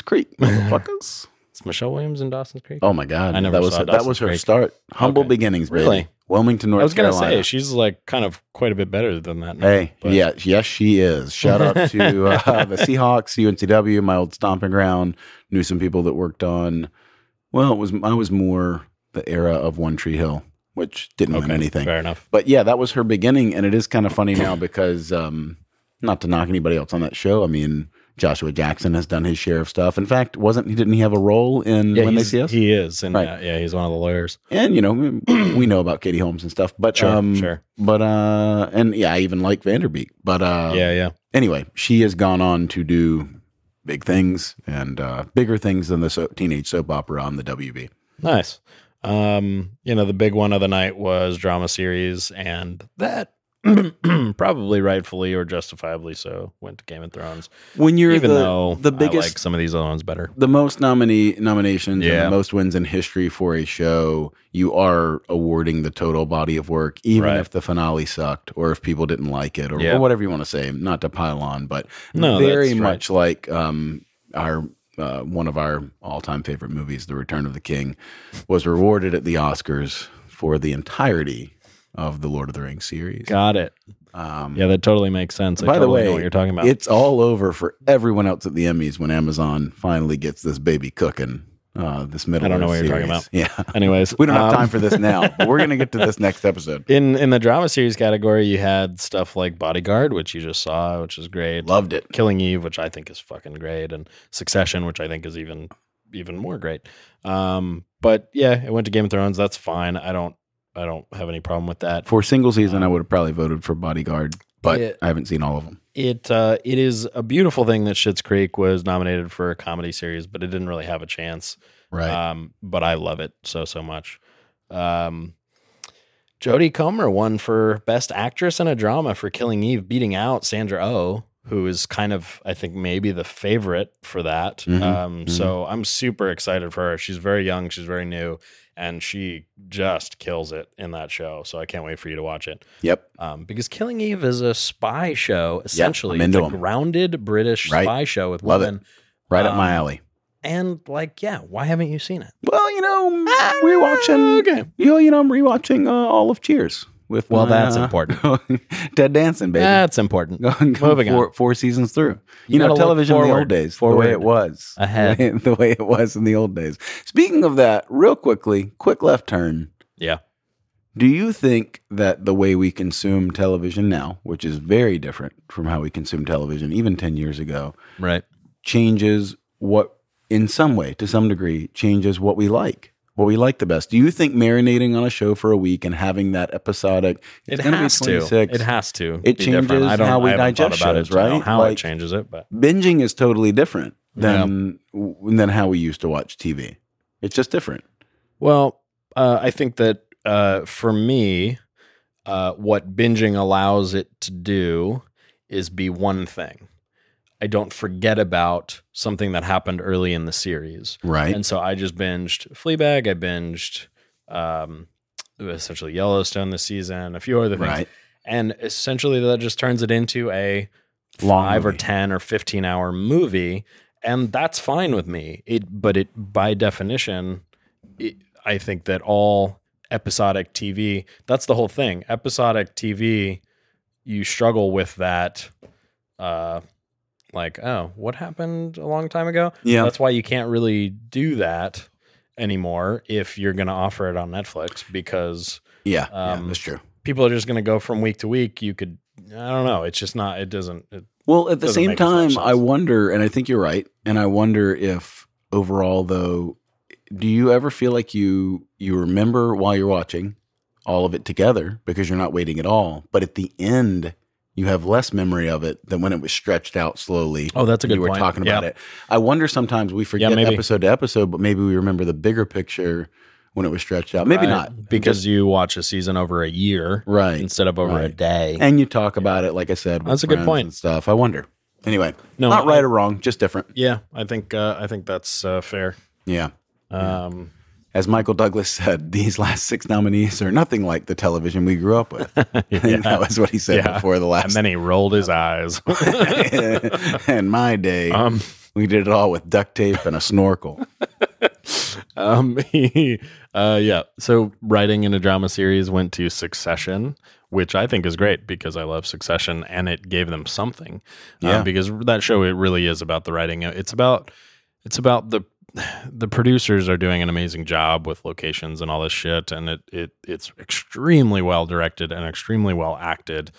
G: Creek, motherfuckers.
F: It's Michelle Williams in Dawson's Creek.
G: oh my god,
F: I never
G: that was
F: saw
G: her, that
F: Dawson's
G: was her
F: Creek.
G: start. Humble
F: Okay.
G: beginnings, baby.
F: Really?
G: Wilmington, North
F: I was gonna
G: Carolina.
F: say she's like kind of quite a bit better than that. now,
G: Hey,
F: but-
G: yeah, yes, she is. Shout out to uh, the Seahawks, UNCW, my old stomping ground. Knew some people that worked on. Well, it was I was more the era of One Tree Hill, which didn't win
F: Okay,
G: anything.
F: Fair enough.
G: But yeah, that was her beginning, and it is kind of funny now because um, not to knock anybody else on that show. I mean, Joshua Jackson has done his share of stuff. In fact, wasn't he? Didn't he have a role in
F: Yeah,
G: When They
F: he's-
G: See Us?
F: he is, and
G: Right.
F: uh, yeah, he's one of the lawyers.
G: and you know we know about Katie Holmes and stuff. But
F: Sure,
G: um,
F: sure.
G: But uh, and yeah, I even like Vanderbeek. But uh,
F: yeah, yeah.
G: anyway, she has gone on to do big things and uh, bigger things than the so- teenage soap opera on the WB.
F: Nice. Um, you know, the big one of the night was drama series, and that probably rightfully or justifiably so went to Game of Thrones.
G: When you're
F: even
G: the,
F: though
G: the
F: I
G: biggest,
F: like some of these other ones better.
G: the most nominee nominations, and
F: Yeah.
G: the most wins in history for a show, you are awarding the total body of work, even
F: Right.
G: if the finale sucked or if people didn't like it or,
F: Yeah.
G: or whatever you want to say. Not to pile on, but
F: No,
G: very
F: that's right.
G: much like um, our. Uh, one of our all-time favorite movies, *The Return of the King*, was rewarded at the Oscars for the entirety of the Lord of the Rings series.
F: Got it.
G: Um,
F: yeah, that totally makes sense. I
G: by the
F: totally
G: way,
F: know what you're talking about.
G: It's all over for everyone else at the Emmys when Amazon finally gets this baby cooking. Uh, this middle.
F: I don't know what
G: Earth
F: you're talking
G: series.
F: about.
G: Yeah.
F: Anyways,
G: we don't have
F: um,
G: time for this now. but we're gonna get to this next episode.
F: In in the drama series category, you had stuff like Bodyguard, which you just saw, which is great.
G: Loved it.
F: Killing Eve, which I think is fucking great, and Succession, which I think is even even more great. Um, but yeah, it went to Game of Thrones. That's fine. I don't I don't have any problem with that.
G: For single season,
F: Uh,
G: I would have probably voted for Bodyguard, but
F: Yeah.
G: I haven't seen all of them.
F: It uh, it is a beautiful thing that Schitt's Creek was nominated for a comedy series, but it didn't really have a chance.
G: Right.
F: Um, but I love it so so much. Um, Jodie Comer won for best actress in a drama for Killing Eve, beating out Sandra Oh, who is kind of I think maybe the favorite for that.
G: Mhm.
F: Um,
G: Mhm.
F: So I'm super excited for her. She's very young, she's very new, and she just kills it in that show. So I can't wait for you to watch it
G: Yep.
F: um, because Killing Eve is a spy show essentially.
G: I'm into
F: it's a
G: 'em.
F: grounded British
G: Right.
F: spy show with
G: Love it.
F: women.
G: Right up my
F: Um,
G: alley.
F: And like, yeah, why haven't you seen it?
G: Well, you know, rewatching.
F: okay.
G: You know, you know, I'm rewatching uh, all of Cheers with.
F: Well,
G: my,
F: that's
G: uh,
F: important.
G: Ted Danson, baby.
F: That's important.
G: Going
F: Moving
G: four,
F: on.
G: four seasons through.
F: You
G: You, know,
F: gotta look
G: television in the
F: forward.
G: old days, the
F: Forward.
G: way it was,
F: Ahead.
G: the way, the way it was in the old days. Speaking of that, real quickly, quick left turn.
F: Yeah.
G: Do you think that the way we consume television now, which is very different from how we consume television even 10 years ago,
F: Right.
G: changes what, in some way, to some degree, changes what we like? What we like the best. Do you think marinating on a show for a week and having that episodic?
F: It
G: it's gonna be
F: has to.
G: 26.
F: It has to.
G: It
F: be different.
G: changes
F: I don't,
G: how we
F: I haven't thought
G: digest
F: about
G: shows,
F: it. I don't know
G: right?
F: How it
G: Like-
F: changes it, but
G: binging is totally different than w than how we used to watch TV. It's just different.
F: Well, uh, I think that uh, for me, uh, what binging allows it to do is be one thing. I don't forget about something that happened early in the series.
G: Right.
F: And so I just binged Fleabag. I binged um, essentially Yellowstone this season, a few other things.
G: Right.
F: And essentially that just turns it into a
G: Long
F: five or
G: movie.
F: 10 or 15 hour movie. And that's fine with me. It, but it, by definition, it, I think that all episodic TV, that's the whole thing. Episodic TV, you struggle with that. Uh, like, oh, what happened a long time ago?
G: Yeah.
F: That's why you can't really do that anymore if you're going to offer it on Netflix because
G: Yeah,
F: Um,
G: yeah, that's true.
F: people are just going to go from week to week. You could, I don't know. It's just not, it doesn't, it,
G: Well, at the
F: doesn't
G: same
F: make as much
G: time,
F: sense.
G: I wonder, and I think you're right, and I wonder if overall, though, do you ever feel like you you remember while you're watching all of it together because you're not waiting at all, but at the end. You have less memory of it than when it was stretched out slowly.
F: Oh, that's a
G: and
F: good
G: You were
F: point.
G: talking about
F: Yeah.
G: it. I wonder sometimes we forget
F: maybe.
G: episode to episode, but maybe we remember the bigger picture when it was stretched out. Maybe
F: Right.
G: not I'm
F: because you watch a season over a year
G: Right.
F: instead of over a
G: Right.
F: day.
G: and you talk about it like i said with
F: That's a good
G: friends
F: point.
G: and stuff i wonder anyway
F: No,
G: not
F: I-
G: right or wrong just different
F: yeah, I think uh, I think that's uh, fair.
G: yeah
F: Um,
G: as michael douglas said these last six nominees are nothing like the television we grew up with I think that was what he said
F: Yeah.
G: before the
F: and
G: last
F: then he rolled his eyes.
G: and my day
F: um,
G: we did it all with duct tape and a snorkel
F: um, he, uh, yeah. So writing in a drama series went to Succession, which I think is great because I love Succession, and it gave them something. Um,
G: Yeah.
F: because that show it really is about the writing. It's about it's about the the producers are doing an amazing job with locations and all this shit, and it it it's extremely well directed and extremely well acted.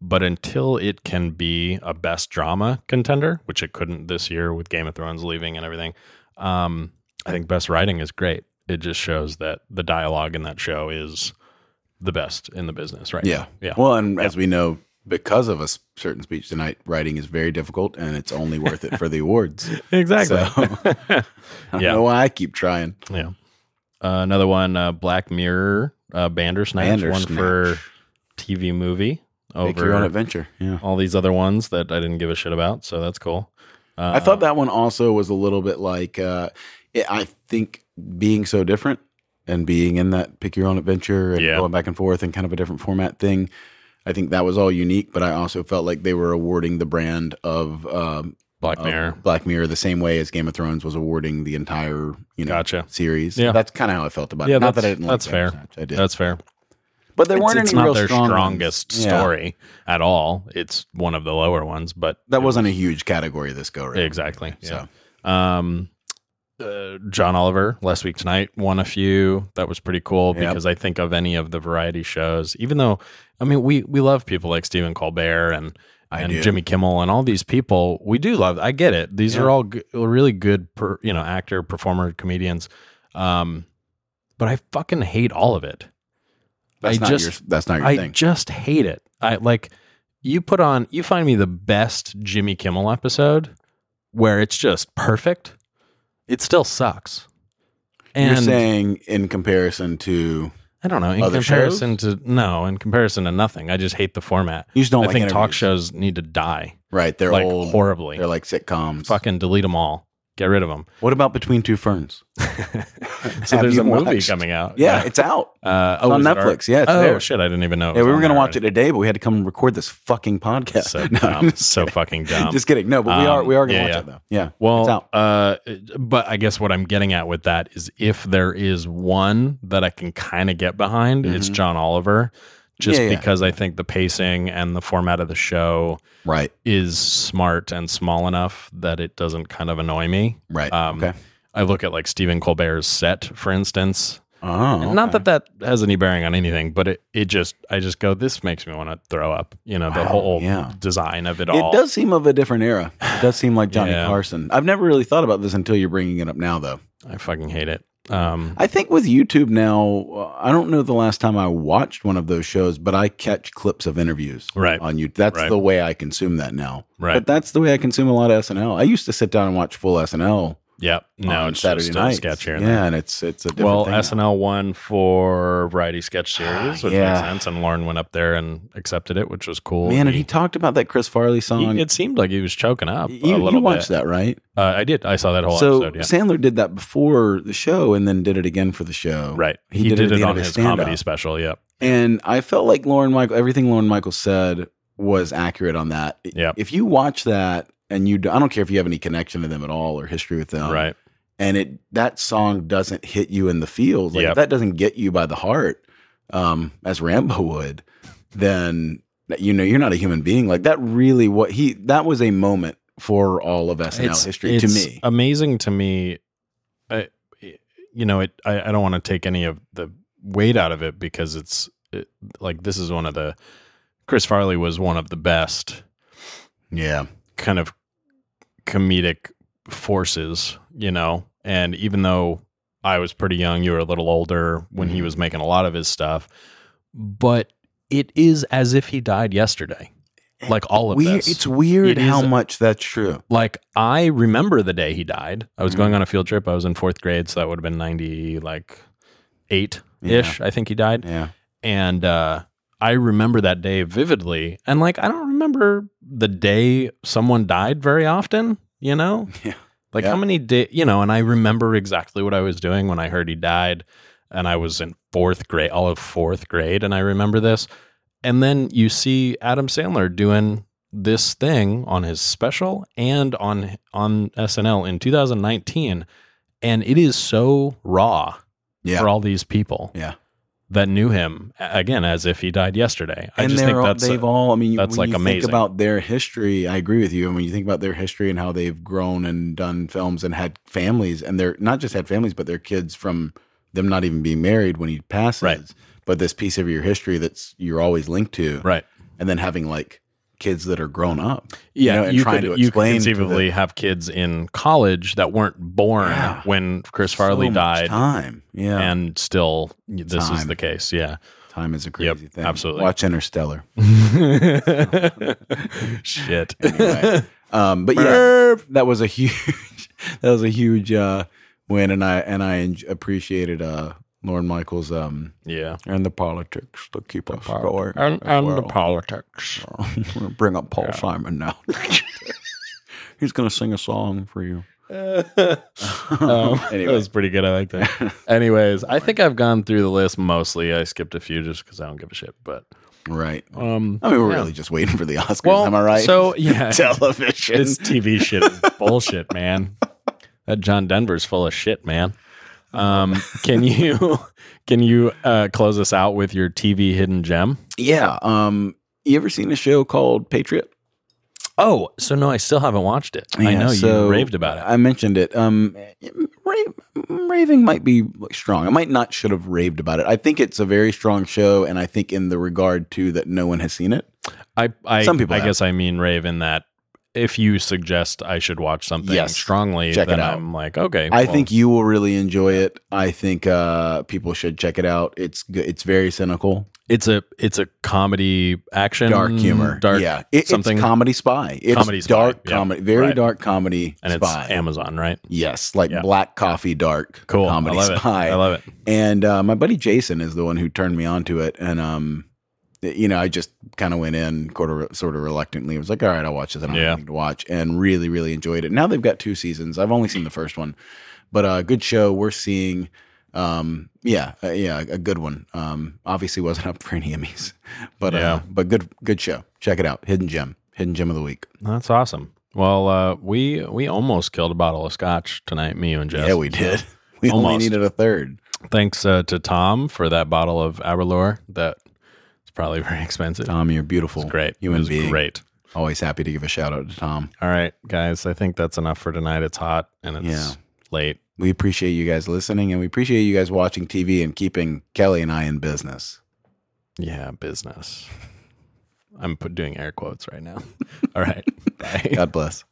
F: But until it can be a best drama contender, which it couldn't this year with Game of Thrones leaving and everything, um, I think best writing is great. It just shows that the dialogue in that show is the best in the business, right?
G: yeah
F: now. yeah.
G: well and as we know because of a s- certain speech tonight writing is very difficult and it's only worth it for the awards
F: exactly.
G: So- i don't
F: Yeah.
G: know why i keep trying
F: Yeah. Uh, another one, uh, Black Mirror, uh, Bandersnatch, one
G: Bandersnatch.
F: for TV movie
G: make your own
F: over
G: adventure yeah
F: all these other ones that I didn't give a shit about. So that's cool. Uh,
G: I thought that one also was a little bit like uh, it, I think being so different and being in that pick your own adventure and
F: Yeah.
G: going back and forth and kind of a different format thing. I think that was all unique, but I also felt like they were awarding the brand of um,
F: Black
G: of
F: Mirror.
G: Black Mirror the same way as Game of Thrones was awarding the entire you know
F: Gotcha.
G: series.
F: Yeah.
G: that's kind of how I felt about
F: Yeah,
G: it. Uh, Not that I
F: that's-
G: didn't
F: that's
G: like
F: fair.
G: Bandersnatch, I did,
F: That's fair.
G: But there
F: It's-
G: weren't
F: it's
G: any
F: not
G: real
F: their
G: strong ones.
F: strongest
G: Yeah.
F: story at all. It's one of the lower ones, but
G: That wasn't a huge category this go around.
F: Exactly. Yeah. Um, uh, John Oliver last week tonight won a few. That was pretty cool
G: Yep.
F: because I think of any of the variety shows, even though I mean we we love people like Stephen Colbert and and
G: do.
F: Jimmy Kimmel and all these people. We do love. I get it. These
G: Yeah.
F: are all g- really good, per, you know, actor, performer, comedians. Um, but I fucking hate all of it.
G: That's
F: I
G: not
F: just
G: your- that's not your
F: I
G: thing.
F: just hate it. I like you put on you find me the best Jimmy Kimmel episode where it's just perfect. It still sucks. And
G: You're saying in comparison to
F: I don't know in
G: other
F: comparison to no in comparison to nothing. I just hate the format.
G: You just don't
F: I
G: like
F: think talk
G: interviews.
F: shows need to die.
G: Right, they're
F: like
G: old.
F: horribly.
G: They're like sitcoms.
F: Fucking delete them all. Get rid of them.
G: What about Between Two Ferns?
F: So
G: Have
F: there's
G: you
F: a movie
G: watched?
F: coming out.
G: Yeah, it's out.
F: Uh,
G: It's
F: oh,
G: on
F: is it already-
G: Netflix. Yeah, it's
F: oh
G: there.
F: shit! I didn't even know. it
G: Yeah,
F: was
G: we were
F: on
G: going to
F: there
G: watch it today, but we had to come and record this fucking podcast.
F: So
G: No, I'm
F: dumb.
G: just
F: so fucking dumb.
G: Just kidding. No, but we are- we are gonna watch it, though. Yeah,
F: Um, Well,
G: it's out.
F: uh, but I guess what I'm getting at with that is if there is one that I can kind of get behind, it's
G: Mhm.
F: John Oliver, just
G: Yeah, yeah.
F: because I think the pacing and the format of the show
G: right
F: is smart and small enough that it doesn't kind of annoy me.
G: Right.
F: Um,
G: Okay.
F: I look at like Stephen Colbert's set, for instance.
G: Oh,
F: And Not that that has any bearing on anything, but it, it just I just go this makes me want to throw up. You know the
G: Wow,
F: whole
G: yeah.
F: design of it
G: It
F: all.
G: does seem of a different era. It does seem like Johnny
F: Yeah.
G: Carson. I've never really thought about this until you're bringing it up now, though.
F: I fucking hate it. Um,
G: I think with YouTube now, uh, I don't know the last time I watched one of those shows, but I catch clips of interviews
F: Right.
G: on YouTube. That's
F: Right.
G: the way I consume that now.
F: Right.
G: But that's the way I consume a lot of SNL. I used to sit down and watch full SNL
F: Yep. No,
G: on
F: it's
G: Saturday
F: just a
G: night.
F: sketch here.
G: yeah,
F: And there.
G: and it's it's a different
F: Well,
G: thing. Ah,
F: SNL won for variety sketch series, which
G: Yeah.
F: makes sense. And Lauren went up there and accepted it, which was cool.
G: Man, and he talked about that Chris Farley
F: he-
G: song.
F: it seemed like he was choking up
G: you,
F: a
G: you
F: little
G: watched
F: bit.
G: that, right?
F: Uh, I did. I saw that whole
G: so
F: episode. Yeah.
G: Sandler did that before the show, and then did it again for the show.
F: right.
G: He, did, it, at the end
F: on
G: of his,
F: his comedy
G: stand-up.
F: special. Yep.
G: And I felt like Lauren Michael, everything Lauren Michael said was accurate on that.
F: Yep.
G: If you watch that and you, do, I don't care if you have any connection to them at all or history with them,
F: Right.
G: And it that song doesn't hit you in the feels, like
F: Yep.
G: if that doesn't get you by the heart, um, as Rambo would, then you know you're not a human being. Like that really, what he that was a moment for all of SNL history to
F: it's
G: me.
F: Amazing to me. I, you know, it. I, I don't want to take any of the weight out of it because it's it, like this is one of the. Chris Farley was one of the best
G: yeah,
F: kind of comedic forces, you know. And even though I was pretty young, you were a little older when
G: Mm-hmm.
F: he was making a lot of his stuff, but it is as if he died yesterday. Like all of
G: Weir-
F: this.
G: Eh, it's weird
F: It is-
G: how much that's true.
F: like I remember the day he died. I was
G: Mm-hmm.
F: going on a field trip. I was in fourth grade, so that would have been ninety like eight ish. I think he died,
G: Yeah,
F: and uh, I remember that day vividly. And like I don't remember the day someone died very often. You know,
G: Yeah.
F: like
G: Yeah.
F: how many day you know. And I remember exactly what I was doing when I heard he died, and I was in fourth grade, all of fourth grade, and I remember this. And then you see Adam Sandler doing this thing on his special and on on SNL in 2019 and it is so raw
G: yeah,
F: for all these people
G: yeah.
F: that knew him a- again as if he died yesterday. I
G: and
F: just
G: they're
F: think
G: all-
F: that's
G: they've all. I mean,
F: that's,
G: when
F: like,
G: you
F: amazing.
G: think about their history, I agree with you. And when you think about their history and how they've grown and done films and had families, and they're not just had families, but their kids from them not even being married when he passes.
F: Right.
G: But this piece of your history that's you're always linked to,
F: right.
G: And then having like kids that are grown up,
F: Yeah,
G: you know, and trying to
F: you
G: explain to
F: conceivably
G: them
F: have kids in college that weren't born
G: Yeah.
F: when Chris
G: so
F: Farley
G: much
F: died,
G: Time, yeah,
F: and still y- this is
G: Time.
F: the case. Yeah,
G: time is a crazy thing.
F: absolutely.
G: watch Interstellar.
F: shit.
G: anyway. Um, but yeah, that was a huge, that was a huge uh, win, and I and I en- appreciated uh, Lauren Michaels um,
F: yeah,
G: and the politics to keep us going, as well.
F: politics.
G: I'm gonna bring up Paul Simon now. He's gonna sing a song for you.
F: Um,
G: Anyway.
F: That was pretty good. I like that. Anyways, I think I've gone through the list mostly. I skipped a few just because I don't give a shit. But
G: Right.
F: um,
G: I mean, we're
F: yeah.
G: really just waiting for the Oscars.
F: Well,
G: am I right?
F: so, yeah.
G: television.
F: this TV shit is bullshit, man. That John Denver's full of shit, man. Um, can you Can you uh, close us out with your TV hidden gem?
G: Yeah. Um, you ever seen a show called Patriot?
F: Oh, so no, I still haven't watched it. I know you raved about it.
G: I mentioned it. Um, rave, raving might be strong. I might not should have raved about it. I think it's a very strong show, and I think in the regard to that, no one has seen it.
F: I, I
G: Some people
F: I
G: have.
F: guess I mean rave in that if you suggest I should watch something
G: Yes.
F: strongly,
G: Check it
F: then
G: out.
F: I'm like, okay.
G: I
F: well,
G: think you will really enjoy it. I think uh, people should check it out. It's good. It's very cynical,
F: it's a it's a comedy action
G: dark humor,
F: dark
G: Yeah, It-
F: something
G: it's comedy spy. It's
F: Comedy spy,
G: dark
F: yeah,
G: comedy, very
F: right.
G: dark comedy
F: and it's
G: spy.
F: Amazon, right?
G: Yes, like
F: Yeah.
G: black coffee, dark
F: Cool. I
G: comedy
F: love it.
G: spy.
F: I love it.
G: And uh, my buddy Jason is the one who turned me onto it, and um, it- you know, I just kind of went in, quarter, sort of reluctantly. I was like, all right, I'll watch this. I don't have
F: Yeah.
G: anything to watch, and really, really enjoyed it. Now they've got two seasons. I've only seen the first one, but uh, good show. We're seeing, um, yeah, uh, yeah, a good one. Um, obviously wasn't up for any Emmys, but uh,
F: Yeah.
G: but good, good show. Check it out. Hidden gem, hidden gem of the week.
F: That's awesome. Well, uh, we we almost killed a bottle of scotch tonight, me you and Jess.
G: Yeah, we did. We
F: Almost.
G: only needed a third.
F: Thanks uh, to Tom for that bottle of Aberlour. That it's probably very expensive.
G: Tom, you're beautiful.
F: Great. it
G: Human
F: was
G: being.
F: great.
G: Always happy to give a shout out to Tom.
F: All right, guys. I think that's enough for tonight. It's hot and it's
G: Yeah.
F: late.
G: We appreciate you guys listening and we appreciate you guys watching TV and keeping Kelly and I in business.
F: Yeah, business. I'm put, doing air quotes right now. All right. Bye.
G: God bless.